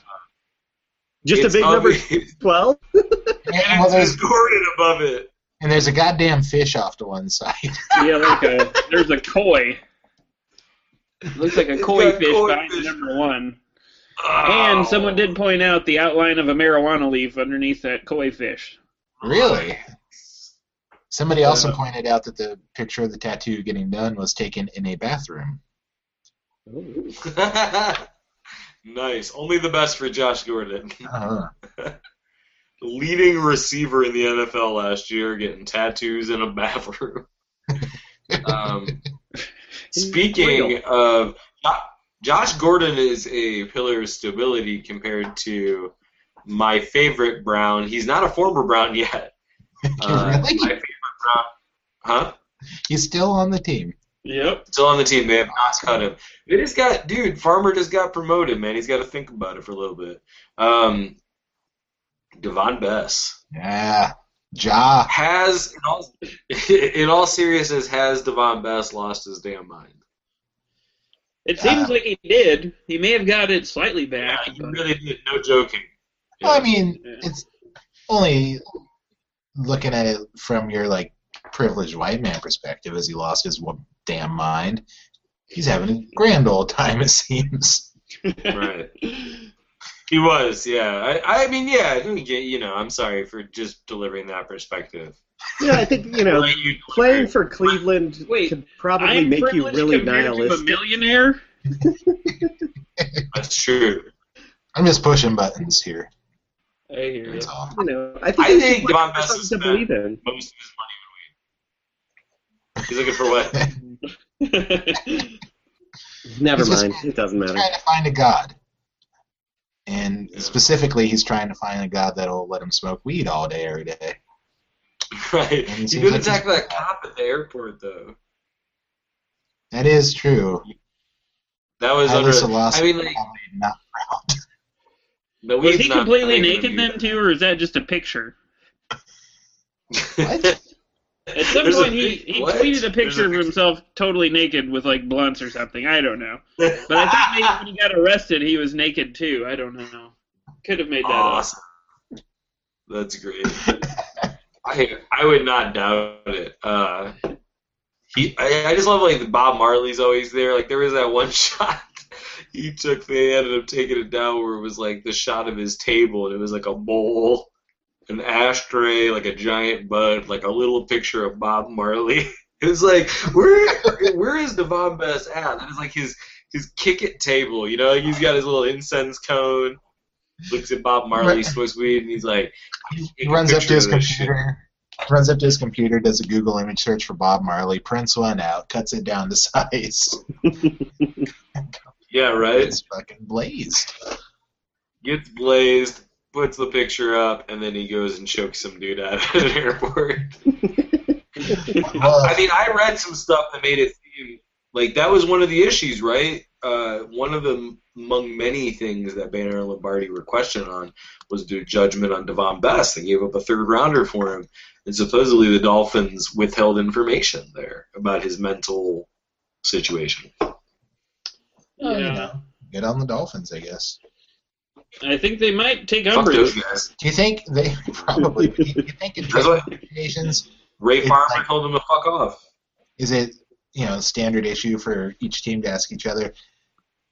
Speaker 4: Just
Speaker 2: It's
Speaker 4: a big number
Speaker 2: obvious- and
Speaker 4: twelve.
Speaker 3: And, well,
Speaker 2: it's
Speaker 3: there's,
Speaker 2: just Gordon above it.
Speaker 3: and there's a goddamn fish off to one [LAUGHS] side.
Speaker 5: Yeah, like a there's a koi. Looks like a
Speaker 2: It's
Speaker 5: koi
Speaker 2: got
Speaker 5: fish
Speaker 2: koi
Speaker 5: behind the
Speaker 2: fish.
Speaker 5: number one.
Speaker 2: Oh.
Speaker 5: And someone did point out the outline of a marijuana leaf underneath that koi fish.
Speaker 3: really? Somebody also
Speaker 2: Yeah.
Speaker 3: pointed out that the picture of the tattoo getting done was taken in a bathroom.
Speaker 2: [LAUGHS] nice. Only the best for Josh Gordon.
Speaker 3: Uh-huh. [LAUGHS]
Speaker 2: Leading receiver in the NFL last year, getting tattoos in a bathroom. um, speaking of Jo- Josh Gordon is a pillar of stability compared to my favorite Brown. He's not a former Brown yet. Uh,
Speaker 3: Really?
Speaker 2: My favorite Brown, huh?
Speaker 3: He's still on the team.
Speaker 5: Yep.
Speaker 2: Still on the team. They have not cut him. They just got dude. Farmer just got promoted. Man, he's got to think about it for a little bit. Um, Devon Bess
Speaker 3: Yeah. Ja.
Speaker 2: has, in all, [LAUGHS] in all seriousness, has Devon Bess lost his damn mind?
Speaker 5: It
Speaker 4: Ah.
Speaker 5: seems like he did. He may have got it slightly
Speaker 2: Yeah,
Speaker 5: back.
Speaker 2: he
Speaker 5: but-
Speaker 2: really did. No joking.
Speaker 3: Well, I mean,
Speaker 5: Yeah.
Speaker 3: it's only looking at it from your like privileged white man perspective as he lost his wa- damn mind. He's having a grand old time, it seems.
Speaker 2: [LAUGHS]
Speaker 5: [LAUGHS]
Speaker 2: right. He was, yeah. I, I mean, yeah. I think you- you know. I'm sorry for just delivering that perspective.
Speaker 4: Yeah, I think you know
Speaker 2: Like you-
Speaker 4: playing for Cleveland
Speaker 5: [LAUGHS] Wait,
Speaker 4: could
Speaker 5: I
Speaker 4: probably
Speaker 5: am
Speaker 4: make you
Speaker 5: privileged
Speaker 4: really
Speaker 5: compared To a
Speaker 4: nihilistic.
Speaker 5: millionaire?
Speaker 2: That's true.
Speaker 3: I'm just pushing buttons here.
Speaker 5: I [LAUGHS] hear
Speaker 3: That's all.
Speaker 4: You know, I think,
Speaker 2: I
Speaker 4: it's
Speaker 2: think
Speaker 4: just
Speaker 2: Devon
Speaker 4: like
Speaker 2: Bess
Speaker 4: something
Speaker 2: is
Speaker 4: to
Speaker 2: back.
Speaker 4: believe in.
Speaker 2: Most of his money in weed. He's looking for what?
Speaker 5: you.
Speaker 4: Never
Speaker 3: He's just-
Speaker 4: mind, it doesn't matter.
Speaker 3: Trying to find a god. And
Speaker 2: Yeah.
Speaker 3: specifically, he's trying to find a god that'll let him smoke weed all day, every day.
Speaker 2: [LAUGHS] Right.
Speaker 3: And it
Speaker 2: He
Speaker 3: seems
Speaker 2: did
Speaker 3: like
Speaker 2: attack that cop at the airport, though.
Speaker 3: That is true.
Speaker 2: That was
Speaker 3: Highly
Speaker 2: under.
Speaker 3: Solosky
Speaker 2: I mean, like,
Speaker 3: probably not proud.
Speaker 2: the
Speaker 5: Was
Speaker 2: weed's
Speaker 5: he
Speaker 2: not-
Speaker 5: completely
Speaker 2: I think
Speaker 5: naked
Speaker 2: we-
Speaker 5: then too, or is that just a picture?
Speaker 2: [LAUGHS]
Speaker 3: What?
Speaker 5: At some
Speaker 2: There's a
Speaker 5: point, he,
Speaker 2: pic-
Speaker 5: he
Speaker 2: what?
Speaker 5: tweeted a
Speaker 2: There's
Speaker 5: picture of himself totally naked with like blunts or something. I don't know, but I thought
Speaker 2: [LAUGHS]
Speaker 5: maybe when he got arrested, he was naked too. I don't know. Could have made that up.
Speaker 2: Awesome. That's great. I I would not doubt it. Uh, he I, I just love like Bob Marley's always there. Like there was that one [LAUGHS] shot he took. They ended up taking it down where it was like the shot of his table and it was like a bowl, an ashtray, like a giant bud, like a little picture of Bob Marley. [LAUGHS] It was like where where is Devon Best at? That is like his his kick it table. You know, like, he's got his little incense cone. Looks at Bob Marley,
Speaker 3: Right.
Speaker 2: Swiss weed, and he's like,
Speaker 3: He runs up to his
Speaker 2: Picture of this shit.
Speaker 3: computer. Runs up to his computer, does a Google image search for Bob Marley, prints one out, cuts it down to size.
Speaker 2: yeah, right.
Speaker 3: It's fucking
Speaker 2: [LAUGHS]
Speaker 3: blazed.
Speaker 2: gets blazed, puts the picture up, and then he goes and chokes some dude out at an [LAUGHS] airport.
Speaker 3: Well,
Speaker 2: I mean, I read some stuff that made it seem like that was one of the issues, right? Uh, one of the among many things that Banner and Lombardi were questioned on was due judgment on Devon Best. They gave up a third rounder for him, and supposedly the Dolphins withheld information there about his mental situation.
Speaker 3: you
Speaker 5: Yeah.
Speaker 3: know, good on the Dolphins, I guess.
Speaker 5: I think they might take
Speaker 2: Fuck those
Speaker 5: umbrage.
Speaker 2: guys.
Speaker 3: Do you think they [LAUGHS] probably? do you think in
Speaker 2: That's why
Speaker 3: trade negotiations
Speaker 2: Ray
Speaker 3: It's
Speaker 2: Farmer
Speaker 3: like-
Speaker 2: told him to fuck
Speaker 3: [LAUGHS]
Speaker 2: off. [LAUGHS]
Speaker 3: is it you know standard issue for each team to ask each other?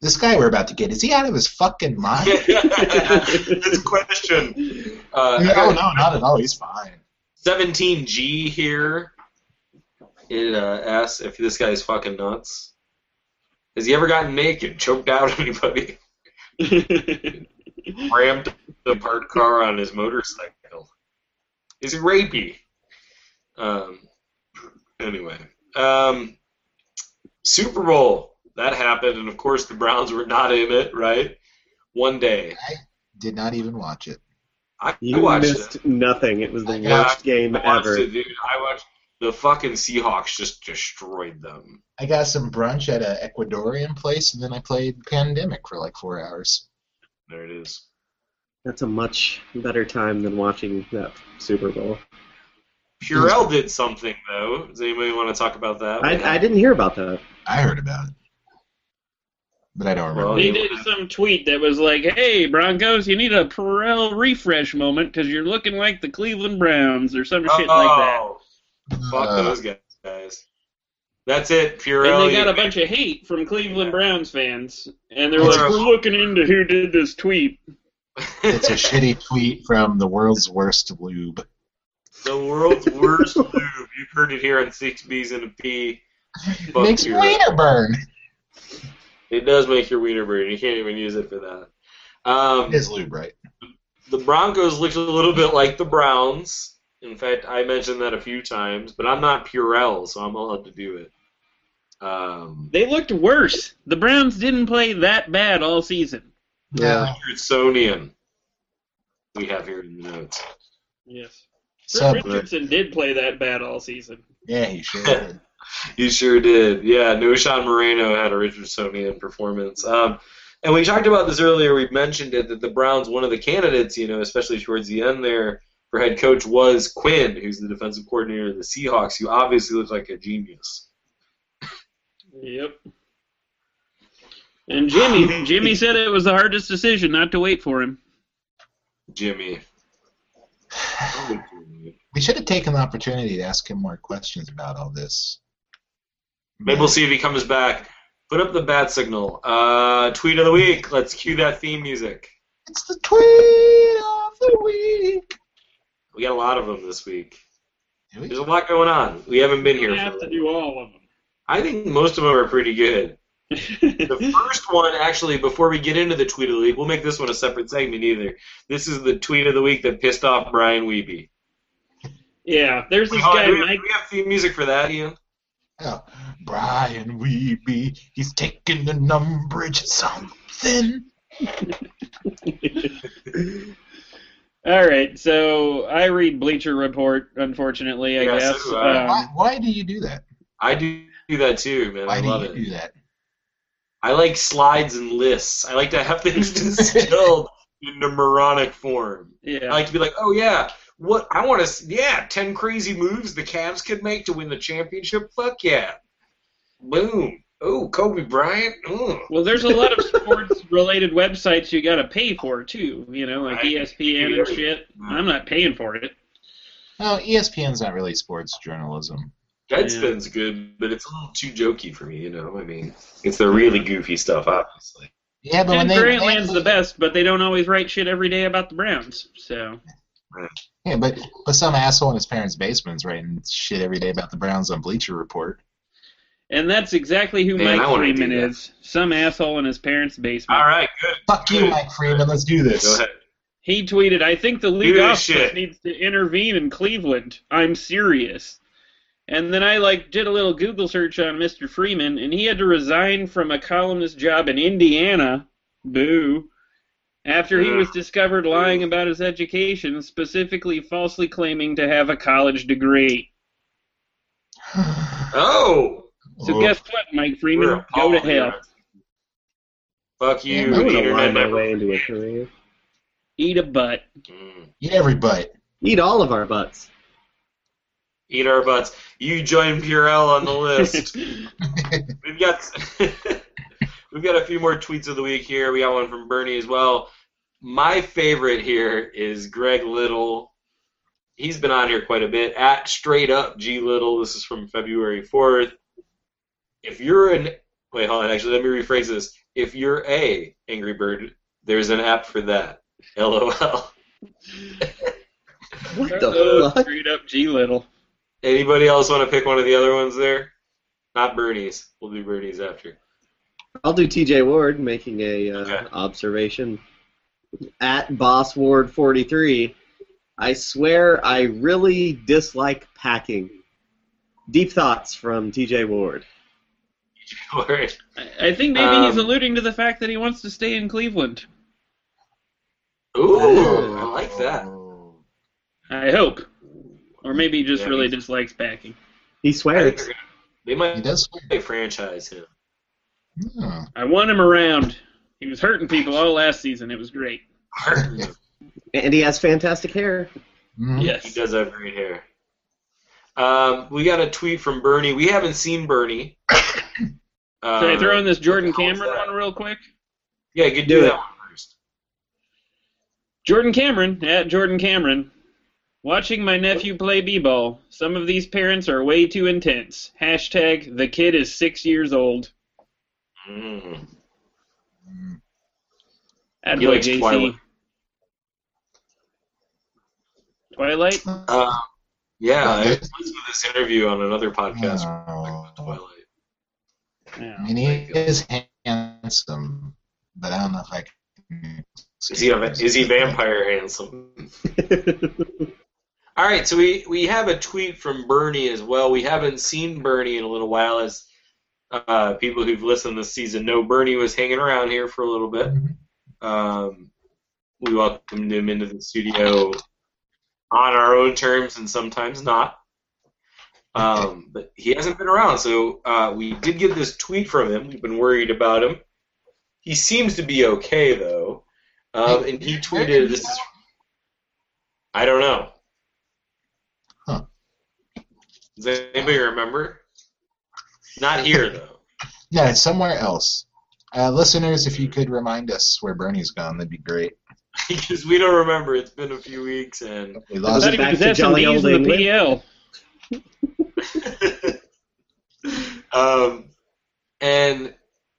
Speaker 3: This guy we're about to get is he out of his fucking mind? [LAUGHS]
Speaker 2: That's a question. Uh, I
Speaker 3: no,
Speaker 2: got-
Speaker 3: Oh, no, not at all. He's fine.
Speaker 2: 17G here. It uh, asks if this guy's fucking nuts. Has he ever gotten naked, choked out [LAUGHS] anybody, rammed the parked car on his motorcycle? Is he rapey? Um, anyway, um, Super Bowl that happened, and of course the Browns were not in it. Right? One day,
Speaker 3: Did not even watch it.
Speaker 2: I, I
Speaker 4: [LAUGHS] You
Speaker 2: watched it.
Speaker 4: missed nothing. It was the
Speaker 3: Yeah,
Speaker 4: worst game
Speaker 2: I watched
Speaker 4: ever.
Speaker 2: it, dude. I watched the fucking Seahawks just destroyed them.
Speaker 3: I got some brunch at a Ecuadorian place, and then I played Pandemic for like four hours.
Speaker 2: There it is.
Speaker 4: That's a much better time than watching that Super Bowl.
Speaker 2: Purell did something though. Does anybody want to talk about that?
Speaker 4: I, I didn't hear about that.
Speaker 3: I heard about it, but I don't remember.
Speaker 2: Well,
Speaker 5: He did some tweet that was like, "Hey Broncos, you need a Perel refresh moment because you're looking like the Cleveland Browns or some shit like that."
Speaker 2: Oh, Fuck
Speaker 3: Uh,
Speaker 2: those guys. That's it, Purell.
Speaker 5: And they got a
Speaker 2: you-
Speaker 5: bunch of hate from Cleveland Browns fans, and they're
Speaker 3: That's
Speaker 5: like,
Speaker 2: right.
Speaker 5: "We're looking into who did this tweet."
Speaker 3: it's a shitty tweet from the world's worst lube.
Speaker 2: the world's worst [LAUGHS] move. You've heard it here on Six B's and a P. Fuck
Speaker 3: Makes
Speaker 2: Purell.
Speaker 3: wiener burn.
Speaker 2: It does make your wiener burn. You can't even use it for that. Um,
Speaker 3: It is lube, right?
Speaker 2: the Broncos looked a little bit like the Browns. In fact, I mentioned that a few times, but I'm not Purell, so I'm allowed to do it. Um,
Speaker 5: They looked worse. The Browns didn't play that bad all season.
Speaker 3: Yeah.
Speaker 2: Richardsonian we have here in the notes.
Speaker 5: Yes.
Speaker 3: Sup, Rick?
Speaker 5: Richardson did play that bad all season.
Speaker 3: Yeah, he sure
Speaker 2: [LAUGHS]
Speaker 3: did.
Speaker 2: You sure did. Yeah, no Sean Moreno had a Richardsonian performance. Um, and we talked about this earlier. We mentioned it that the Browns, one of the candidates, you know, especially towards the end there for head coach was Quinn, who's the defensive coordinator of the Seahawks, who obviously looks like a genius.
Speaker 5: Yep. And
Speaker 2: [LAUGHS]
Speaker 5: Jimmy, Jimmy said it was the hardest decision not to wait for him.
Speaker 2: Jimmy. Holy Jimmy.
Speaker 3: We should have taken the opportunity to ask him more questions about all this.
Speaker 2: Maybe we'll see if he comes back. Put up the bat signal. Uh, tweet of the week. Let's cue that theme music.
Speaker 3: It's the tweet of the week.
Speaker 2: We got a lot of them this week.
Speaker 3: Do
Speaker 2: There's
Speaker 3: we?
Speaker 2: a lot going on. We haven't been
Speaker 5: You
Speaker 2: here.
Speaker 5: don't have
Speaker 2: for
Speaker 5: to
Speaker 2: a
Speaker 5: do all of
Speaker 2: I think most of them are pretty good.
Speaker 5: [LAUGHS]
Speaker 2: The
Speaker 5: them.
Speaker 2: first one, actually, before we get into the tweet of the week, we'll make this one a separate segment either. This is the tweet of the week that pissed off Brian Weeby.
Speaker 5: yeah, there's this
Speaker 2: Oh,
Speaker 5: guy
Speaker 2: do, we,
Speaker 5: Mike.
Speaker 2: do we have theme music for that, Ian?
Speaker 3: Oh, Brian Weeby, he's taking an umbrage something.
Speaker 5: All right, so I read Bleacher Report. Unfortunately, I
Speaker 2: Yeah, so
Speaker 5: guess.
Speaker 2: do I.
Speaker 3: why,
Speaker 5: Um,
Speaker 3: why do you do that?
Speaker 2: I do do that too, man.
Speaker 3: Why
Speaker 2: I
Speaker 3: do
Speaker 2: love
Speaker 3: you
Speaker 2: it.
Speaker 3: do that?
Speaker 2: I like slides and lists. I like to have things
Speaker 5: [LAUGHS]
Speaker 2: distilled into moronic form.
Speaker 5: yeah.
Speaker 2: I like to be like, oh yeah, what I want to, yeah, ten crazy moves the Cavs could make to win the championship. Fuck yeah, boom. Oh, Kobe Bryant. Ugh.
Speaker 5: well, there's a lot of sports-related websites you got to pay for too. You know, like E
Speaker 2: I- Mm.
Speaker 5: ESPN and shit. I'm not paying for it.
Speaker 3: No, ESPN's not really sports journalism.
Speaker 2: Deadspin's good, but it's a little too jokey for me. You know, I mean, it's the really goofy stuff, obviously.
Speaker 3: Yeah, but
Speaker 5: Tim
Speaker 3: when they
Speaker 5: Grantland's
Speaker 3: they-
Speaker 5: the best, but they don't always write shit every day about the Browns. So
Speaker 3: Yeah, but but some asshole in his parents' basement's writing shit every day about the Browns on Bleacher Report.
Speaker 5: And that's exactly who
Speaker 2: Man, I
Speaker 5: Mike
Speaker 2: wanna do
Speaker 5: Freeman
Speaker 2: that.
Speaker 5: is. Some asshole in his parents' basement.
Speaker 2: All right, good.
Speaker 3: Fuck you, Mike Freeman. Let's do this.
Speaker 2: Go ahead.
Speaker 5: He tweeted, I think the league
Speaker 2: this
Speaker 5: office
Speaker 2: shit."
Speaker 5: needs to intervene in Cleveland. I'm serious. And then I like did a little Google search on Mr. Freeman and he had to resign from a columnist job in Indiana. Boo. After he
Speaker 2: Ugh.
Speaker 5: was discovered lying about his education, specifically falsely claiming to have a college degree.
Speaker 3: [SIGHS]
Speaker 2: Oh,
Speaker 5: So
Speaker 3: Oh,
Speaker 5: guess what, Mike
Speaker 2: we're
Speaker 5: Freeman? Go
Speaker 2: appalled
Speaker 5: to
Speaker 2: here.
Speaker 5: hell.
Speaker 2: Fuck
Speaker 3: Yeah,
Speaker 2: you,
Speaker 3: I'm
Speaker 4: I'm
Speaker 2: the
Speaker 4: gonna line
Speaker 2: internet
Speaker 4: my
Speaker 2: never.
Speaker 4: way into a career.
Speaker 5: Eat a butt.
Speaker 2: [LAUGHS] Mm.
Speaker 3: eat every butt.
Speaker 4: Eat all of our butts.
Speaker 2: Eat our butts. You join Purell on the list.
Speaker 5: [LAUGHS]
Speaker 2: We've got [LAUGHS] we've got a few more tweets of the week here. We got one from Bernie as well. My favorite here is Greg Little. He's been on here quite a bit. At straight up G Little. This is from February fourth. If you're an wait, hold on. Actually, let me rephrase this. If you're a Angry Bird, there's an app for that. LOL.
Speaker 4: What
Speaker 5: Uh,
Speaker 4: the fuck?
Speaker 5: Straight up G Little.
Speaker 2: [LAUGHS] Anybody else want to pick one of the other ones there? Not Bernie's. We'll do Bernie's after. [LAUGHS]
Speaker 4: I'll do TJ Ward making a uh,
Speaker 2: Okay.
Speaker 4: observation at Boss Ward 43. I swear I really dislike packing. Deep thoughts from TJ Ward.
Speaker 2: Alright.
Speaker 5: I I think maybe he's
Speaker 2: Um,
Speaker 5: alluding to the fact that he wants to stay in Cleveland.
Speaker 2: Ooh, I like that.
Speaker 5: I hope. Or maybe he just
Speaker 2: Yeah,
Speaker 5: really
Speaker 2: he's-
Speaker 5: dislikes packing.
Speaker 4: He
Speaker 2: I think
Speaker 4: swears.
Speaker 2: they're gonna- They
Speaker 3: He
Speaker 2: might
Speaker 3: does.
Speaker 2: they franchise him.
Speaker 3: Hmm.
Speaker 5: I want him around. He was hurting people all last season. It was great.
Speaker 2: Hurt him.
Speaker 4: And he has fantastic hair. [LAUGHS]
Speaker 3: Mhm.
Speaker 4: Mm-hmm.
Speaker 5: Yes.
Speaker 2: He does have great hair. Um, we got a tweet from Bernie. We haven't seen Bernie.
Speaker 5: [COUGHS] Can I throw in this Jordan
Speaker 2: what the hell is
Speaker 5: Cameron
Speaker 2: Um, that?
Speaker 5: one real quick?
Speaker 2: Yeah, you could
Speaker 4: Do
Speaker 2: do
Speaker 4: it.
Speaker 2: that one first.
Speaker 5: Jordan Cameron, at Jordan Cameron. Watching my nephew play b-ball. Some of these parents are way too intense. Hashtag the kid is six years old.
Speaker 2: Mm.
Speaker 5: At
Speaker 2: He likes
Speaker 5: JC.
Speaker 2: Twilight.
Speaker 5: Twilight?
Speaker 2: Uh, yeah, I
Speaker 3: Okay.
Speaker 2: was with this interview on another podcast.
Speaker 3: Oh.
Speaker 2: Twilight.
Speaker 3: I
Speaker 5: Yeah.
Speaker 3: mean, he is handsome, but I don't know if I can.
Speaker 2: Is he a, is he vampire handsome? All right, so we, we have a tweet from Bernie as well. We haven't seen Bernie in a little while, as uh, people who've listened this season know Bernie was hanging around here for a little bit.
Speaker 3: Mm-hmm.
Speaker 2: Um, we welcomed him into the studio on our own terms and sometimes not. Um, but he hasn't been around, so uh, we did get this tweet from him. We've been worried about him. He seems to be okay, though. Um, and he tweeted, "This is I don't know."
Speaker 3: Huh.
Speaker 2: Does anybody remember? Not here though. [LAUGHS]
Speaker 3: Yeah, it's somewhere else. Uh, listeners, if you could remind us where Bernie's gone, that'd be great.
Speaker 2: because we don't remember. It's been a few weeks, and
Speaker 3: We
Speaker 5: I
Speaker 3: lost
Speaker 5: thought
Speaker 4: Was
Speaker 5: he
Speaker 4: it
Speaker 5: was
Speaker 4: back to jolly
Speaker 5: S&Ds
Speaker 4: old
Speaker 5: in the
Speaker 4: England?
Speaker 5: PL.
Speaker 2: um, and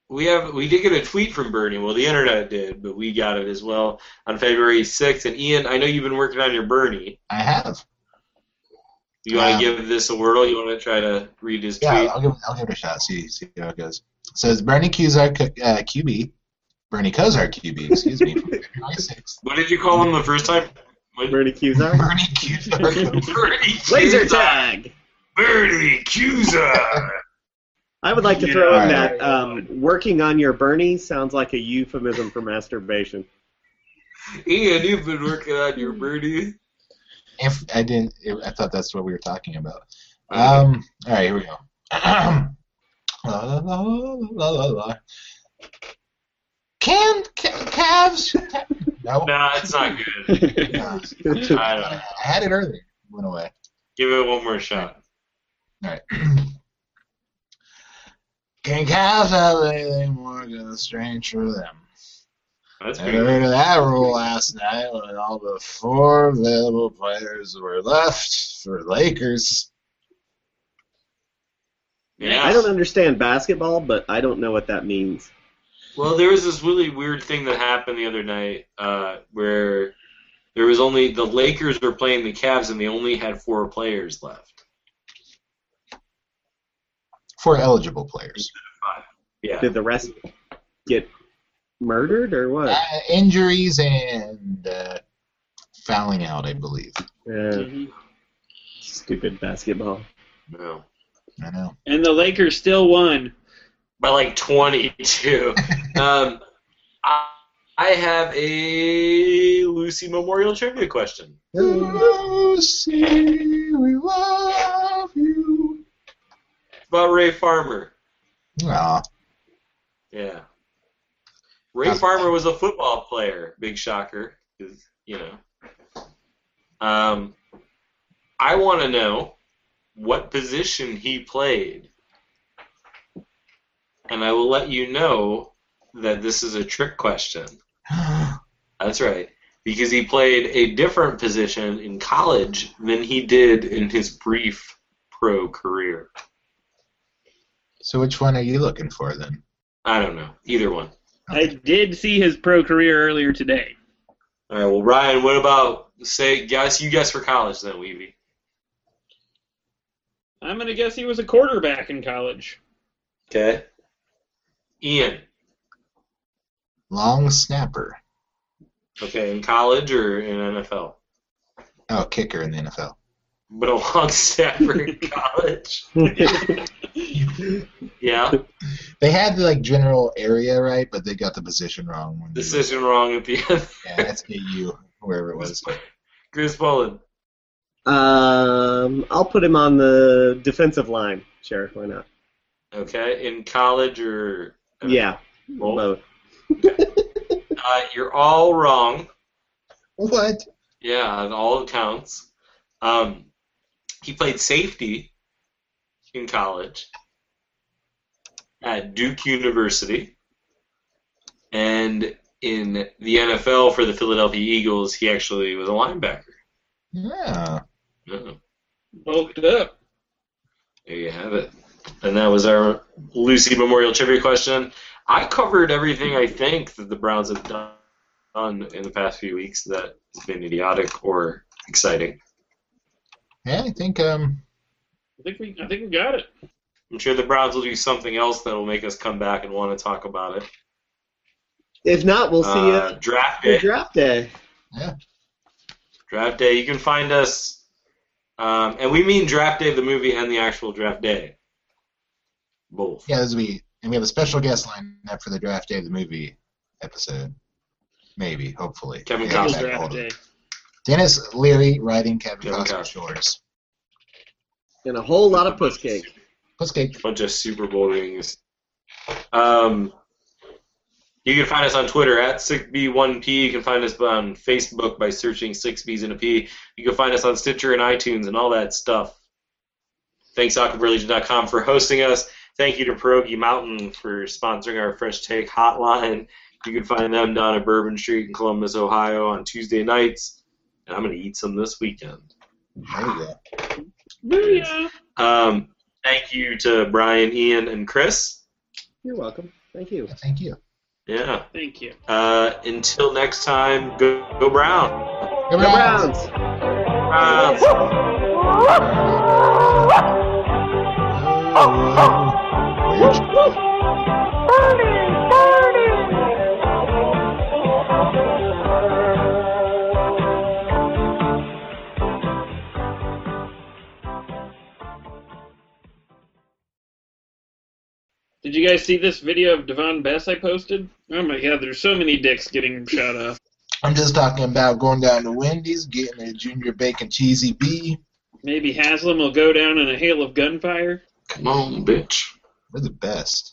Speaker 2: we have we did get a tweet from Bernie. Well, the internet did, but we got it as well on February sixth. And Ian, I know you've been working on your Bernie.
Speaker 3: I have.
Speaker 2: You want
Speaker 3: Um,
Speaker 2: to give this a whirl? You want to try to read his tweet?
Speaker 3: Yeah, I'll give, I'll give it a shot. See, see how it goes. It says Bernie Kozar Q- uh, QB, Bernie Kozar QB, excuse
Speaker 2: [LAUGHS]
Speaker 3: me, from February 6th.
Speaker 2: What did you call him the first time? What-
Speaker 4: Bernie Kuzar.
Speaker 3: Bernie Kozar.
Speaker 2: Bernie
Speaker 4: Laser
Speaker 2: Cusa.
Speaker 4: tag.
Speaker 2: Bernie Cusa.
Speaker 4: I would like to
Speaker 2: Yeah.
Speaker 4: throw in
Speaker 3: Alright.
Speaker 4: that um, working on your Bernie sounds like a euphemism
Speaker 2: [LAUGHS]
Speaker 4: for masturbation. [LAUGHS]
Speaker 2: Ian, you've been working on your Bernie.
Speaker 3: If I didn't, I thought that's what we were talking about. Um, all right, here we go. [CLEARS THROAT] la, la, la, la, la, la. Can ca- calves? [LAUGHS] No.
Speaker 2: Nah, it's not good.
Speaker 3: no.
Speaker 2: [LAUGHS] I
Speaker 4: That's
Speaker 2: don't know.
Speaker 3: I had it earlier. It Went away.
Speaker 2: Give it one more shot.
Speaker 3: All right. [CLEARS THROAT] Can calves have anything more strange for them?
Speaker 2: That's
Speaker 3: I
Speaker 2: pretty good.
Speaker 3: heard of that rule last night when all but four available players were left for Lakers.
Speaker 2: Yeah.
Speaker 4: I don't understand basketball, but I don't know what that means.
Speaker 2: Well, there was this really weird thing that happened the other night uh, where there was only the Lakers were playing the Cavs and they only had four players left.
Speaker 3: Four eligible players.
Speaker 2: Yeah.
Speaker 4: Did the rest get murdered or what?
Speaker 3: Uh, injuries and uh, fouling out, I believe.
Speaker 4: Yeah, Uh,
Speaker 2: Mm-hmm.
Speaker 4: stupid basketball.
Speaker 2: No.
Speaker 3: I know.
Speaker 5: And the Lakers still won.
Speaker 2: by like 22. um, I, I have a Lucy Memorial trivia question.
Speaker 3: Lucy, we love you.
Speaker 2: It's about Ray Farmer.
Speaker 3: Aw,
Speaker 2: Yeah. Ray
Speaker 3: That's-
Speaker 2: Farmer was a football player. Big shocker. 'cause, You know. Um, I want to know what position he played. And I will let you know that this is a trick question. That's right. Because he played a different position in college than he did in his brief pro career.
Speaker 3: So which one are you looking for then?
Speaker 2: I don't know. Either one.
Speaker 5: I did see his pro career earlier today.
Speaker 2: All right. Well, Ryan, what about say guess you guess for college then, Weeby?
Speaker 5: I'm going to guess he was a quarterback in college.
Speaker 2: Okay. Ian.
Speaker 3: Long snapper.
Speaker 2: Okay, in college or in NFL?
Speaker 3: Oh, kicker in the NFL.
Speaker 2: But a long [LAUGHS] snapper in college. Yeah.
Speaker 3: They had the like general area right, but they got the position wrong. When they-
Speaker 2: Decision wrong at the end.
Speaker 3: Yeah, SKU, wherever it was.
Speaker 2: Chris Bolin.
Speaker 4: Um, I'll put him on the defensive line. Sure, why not?
Speaker 2: Okay, in college or
Speaker 4: Yeah,
Speaker 2: Both?
Speaker 4: both.
Speaker 2: Uh, you're all wrong.
Speaker 3: What?
Speaker 2: Yeah, on all accounts. Um, He played safety in college at Duke University. And in the NFL for the Philadelphia Eagles, he actually was a linebacker.
Speaker 3: Yeah.
Speaker 2: Oh,
Speaker 5: Bulked up.
Speaker 2: there you have it. And that was our Lucy Memorial Trivia question. I covered everything I think that the Browns have done done in the past few weeks that has been idiotic or exciting.
Speaker 3: Yeah, I think um
Speaker 5: I think we I think we got it.
Speaker 2: I'm sure the Browns will do something else that will make us come back and want to talk about it.
Speaker 4: If not, we'll see you
Speaker 2: Uh, draft
Speaker 4: after
Speaker 2: day.
Speaker 4: draft day.
Speaker 2: Draft day. You can find us, um, and we mean draft day of the movie and the actual draft day. Both.
Speaker 3: yeah, as we and we have a special guest lined up for the draft day of the movie episode. Maybe, hopefully.
Speaker 2: Kevin
Speaker 3: Yeah,
Speaker 2: Costner.
Speaker 3: back
Speaker 5: Draft
Speaker 3: hold of-
Speaker 5: day.
Speaker 3: Dennis Leary writing Kevin,
Speaker 2: Kevin
Speaker 3: Costner
Speaker 2: Costner.
Speaker 3: shores.
Speaker 4: And a whole lot of puss cake.
Speaker 3: Let's get
Speaker 2: Bunch of Super Bowl rings. Um, you can find us on Twitter at 6B1P. You can find us on Facebook by searching 6Bs and a P. You can find us on Stitcher and iTunes and all that stuff. Thanks, AquaBreLegion.com, for hosting us. Thank you to Pierogi Mountain for sponsoring our Fresh Take Hotline. You can find them down at Bourbon Street in Columbus, Ohio on Tuesday nights. And I'm going to eat some this weekend.
Speaker 3: there you go.
Speaker 5: Booyah.
Speaker 2: Um, thank you to Brian, Ian, and Chris.
Speaker 4: You're welcome. Thank you.
Speaker 3: Thank you.
Speaker 2: Yeah.
Speaker 5: Thank you.
Speaker 2: Uh, until next time, go, go Brown.
Speaker 3: Go
Speaker 4: Go
Speaker 3: Browns.
Speaker 4: Browns.
Speaker 2: Browns.
Speaker 5: Did you guys see this video of Devon Bess I posted? Oh my god, there's so many dicks getting shot off.
Speaker 3: I'm just talking about going down to Wendy's, getting a junior bacon cheesy B
Speaker 5: Maybe Haslam will go down in a hail of gunfire.
Speaker 2: Come on, bitch.
Speaker 3: We're the best.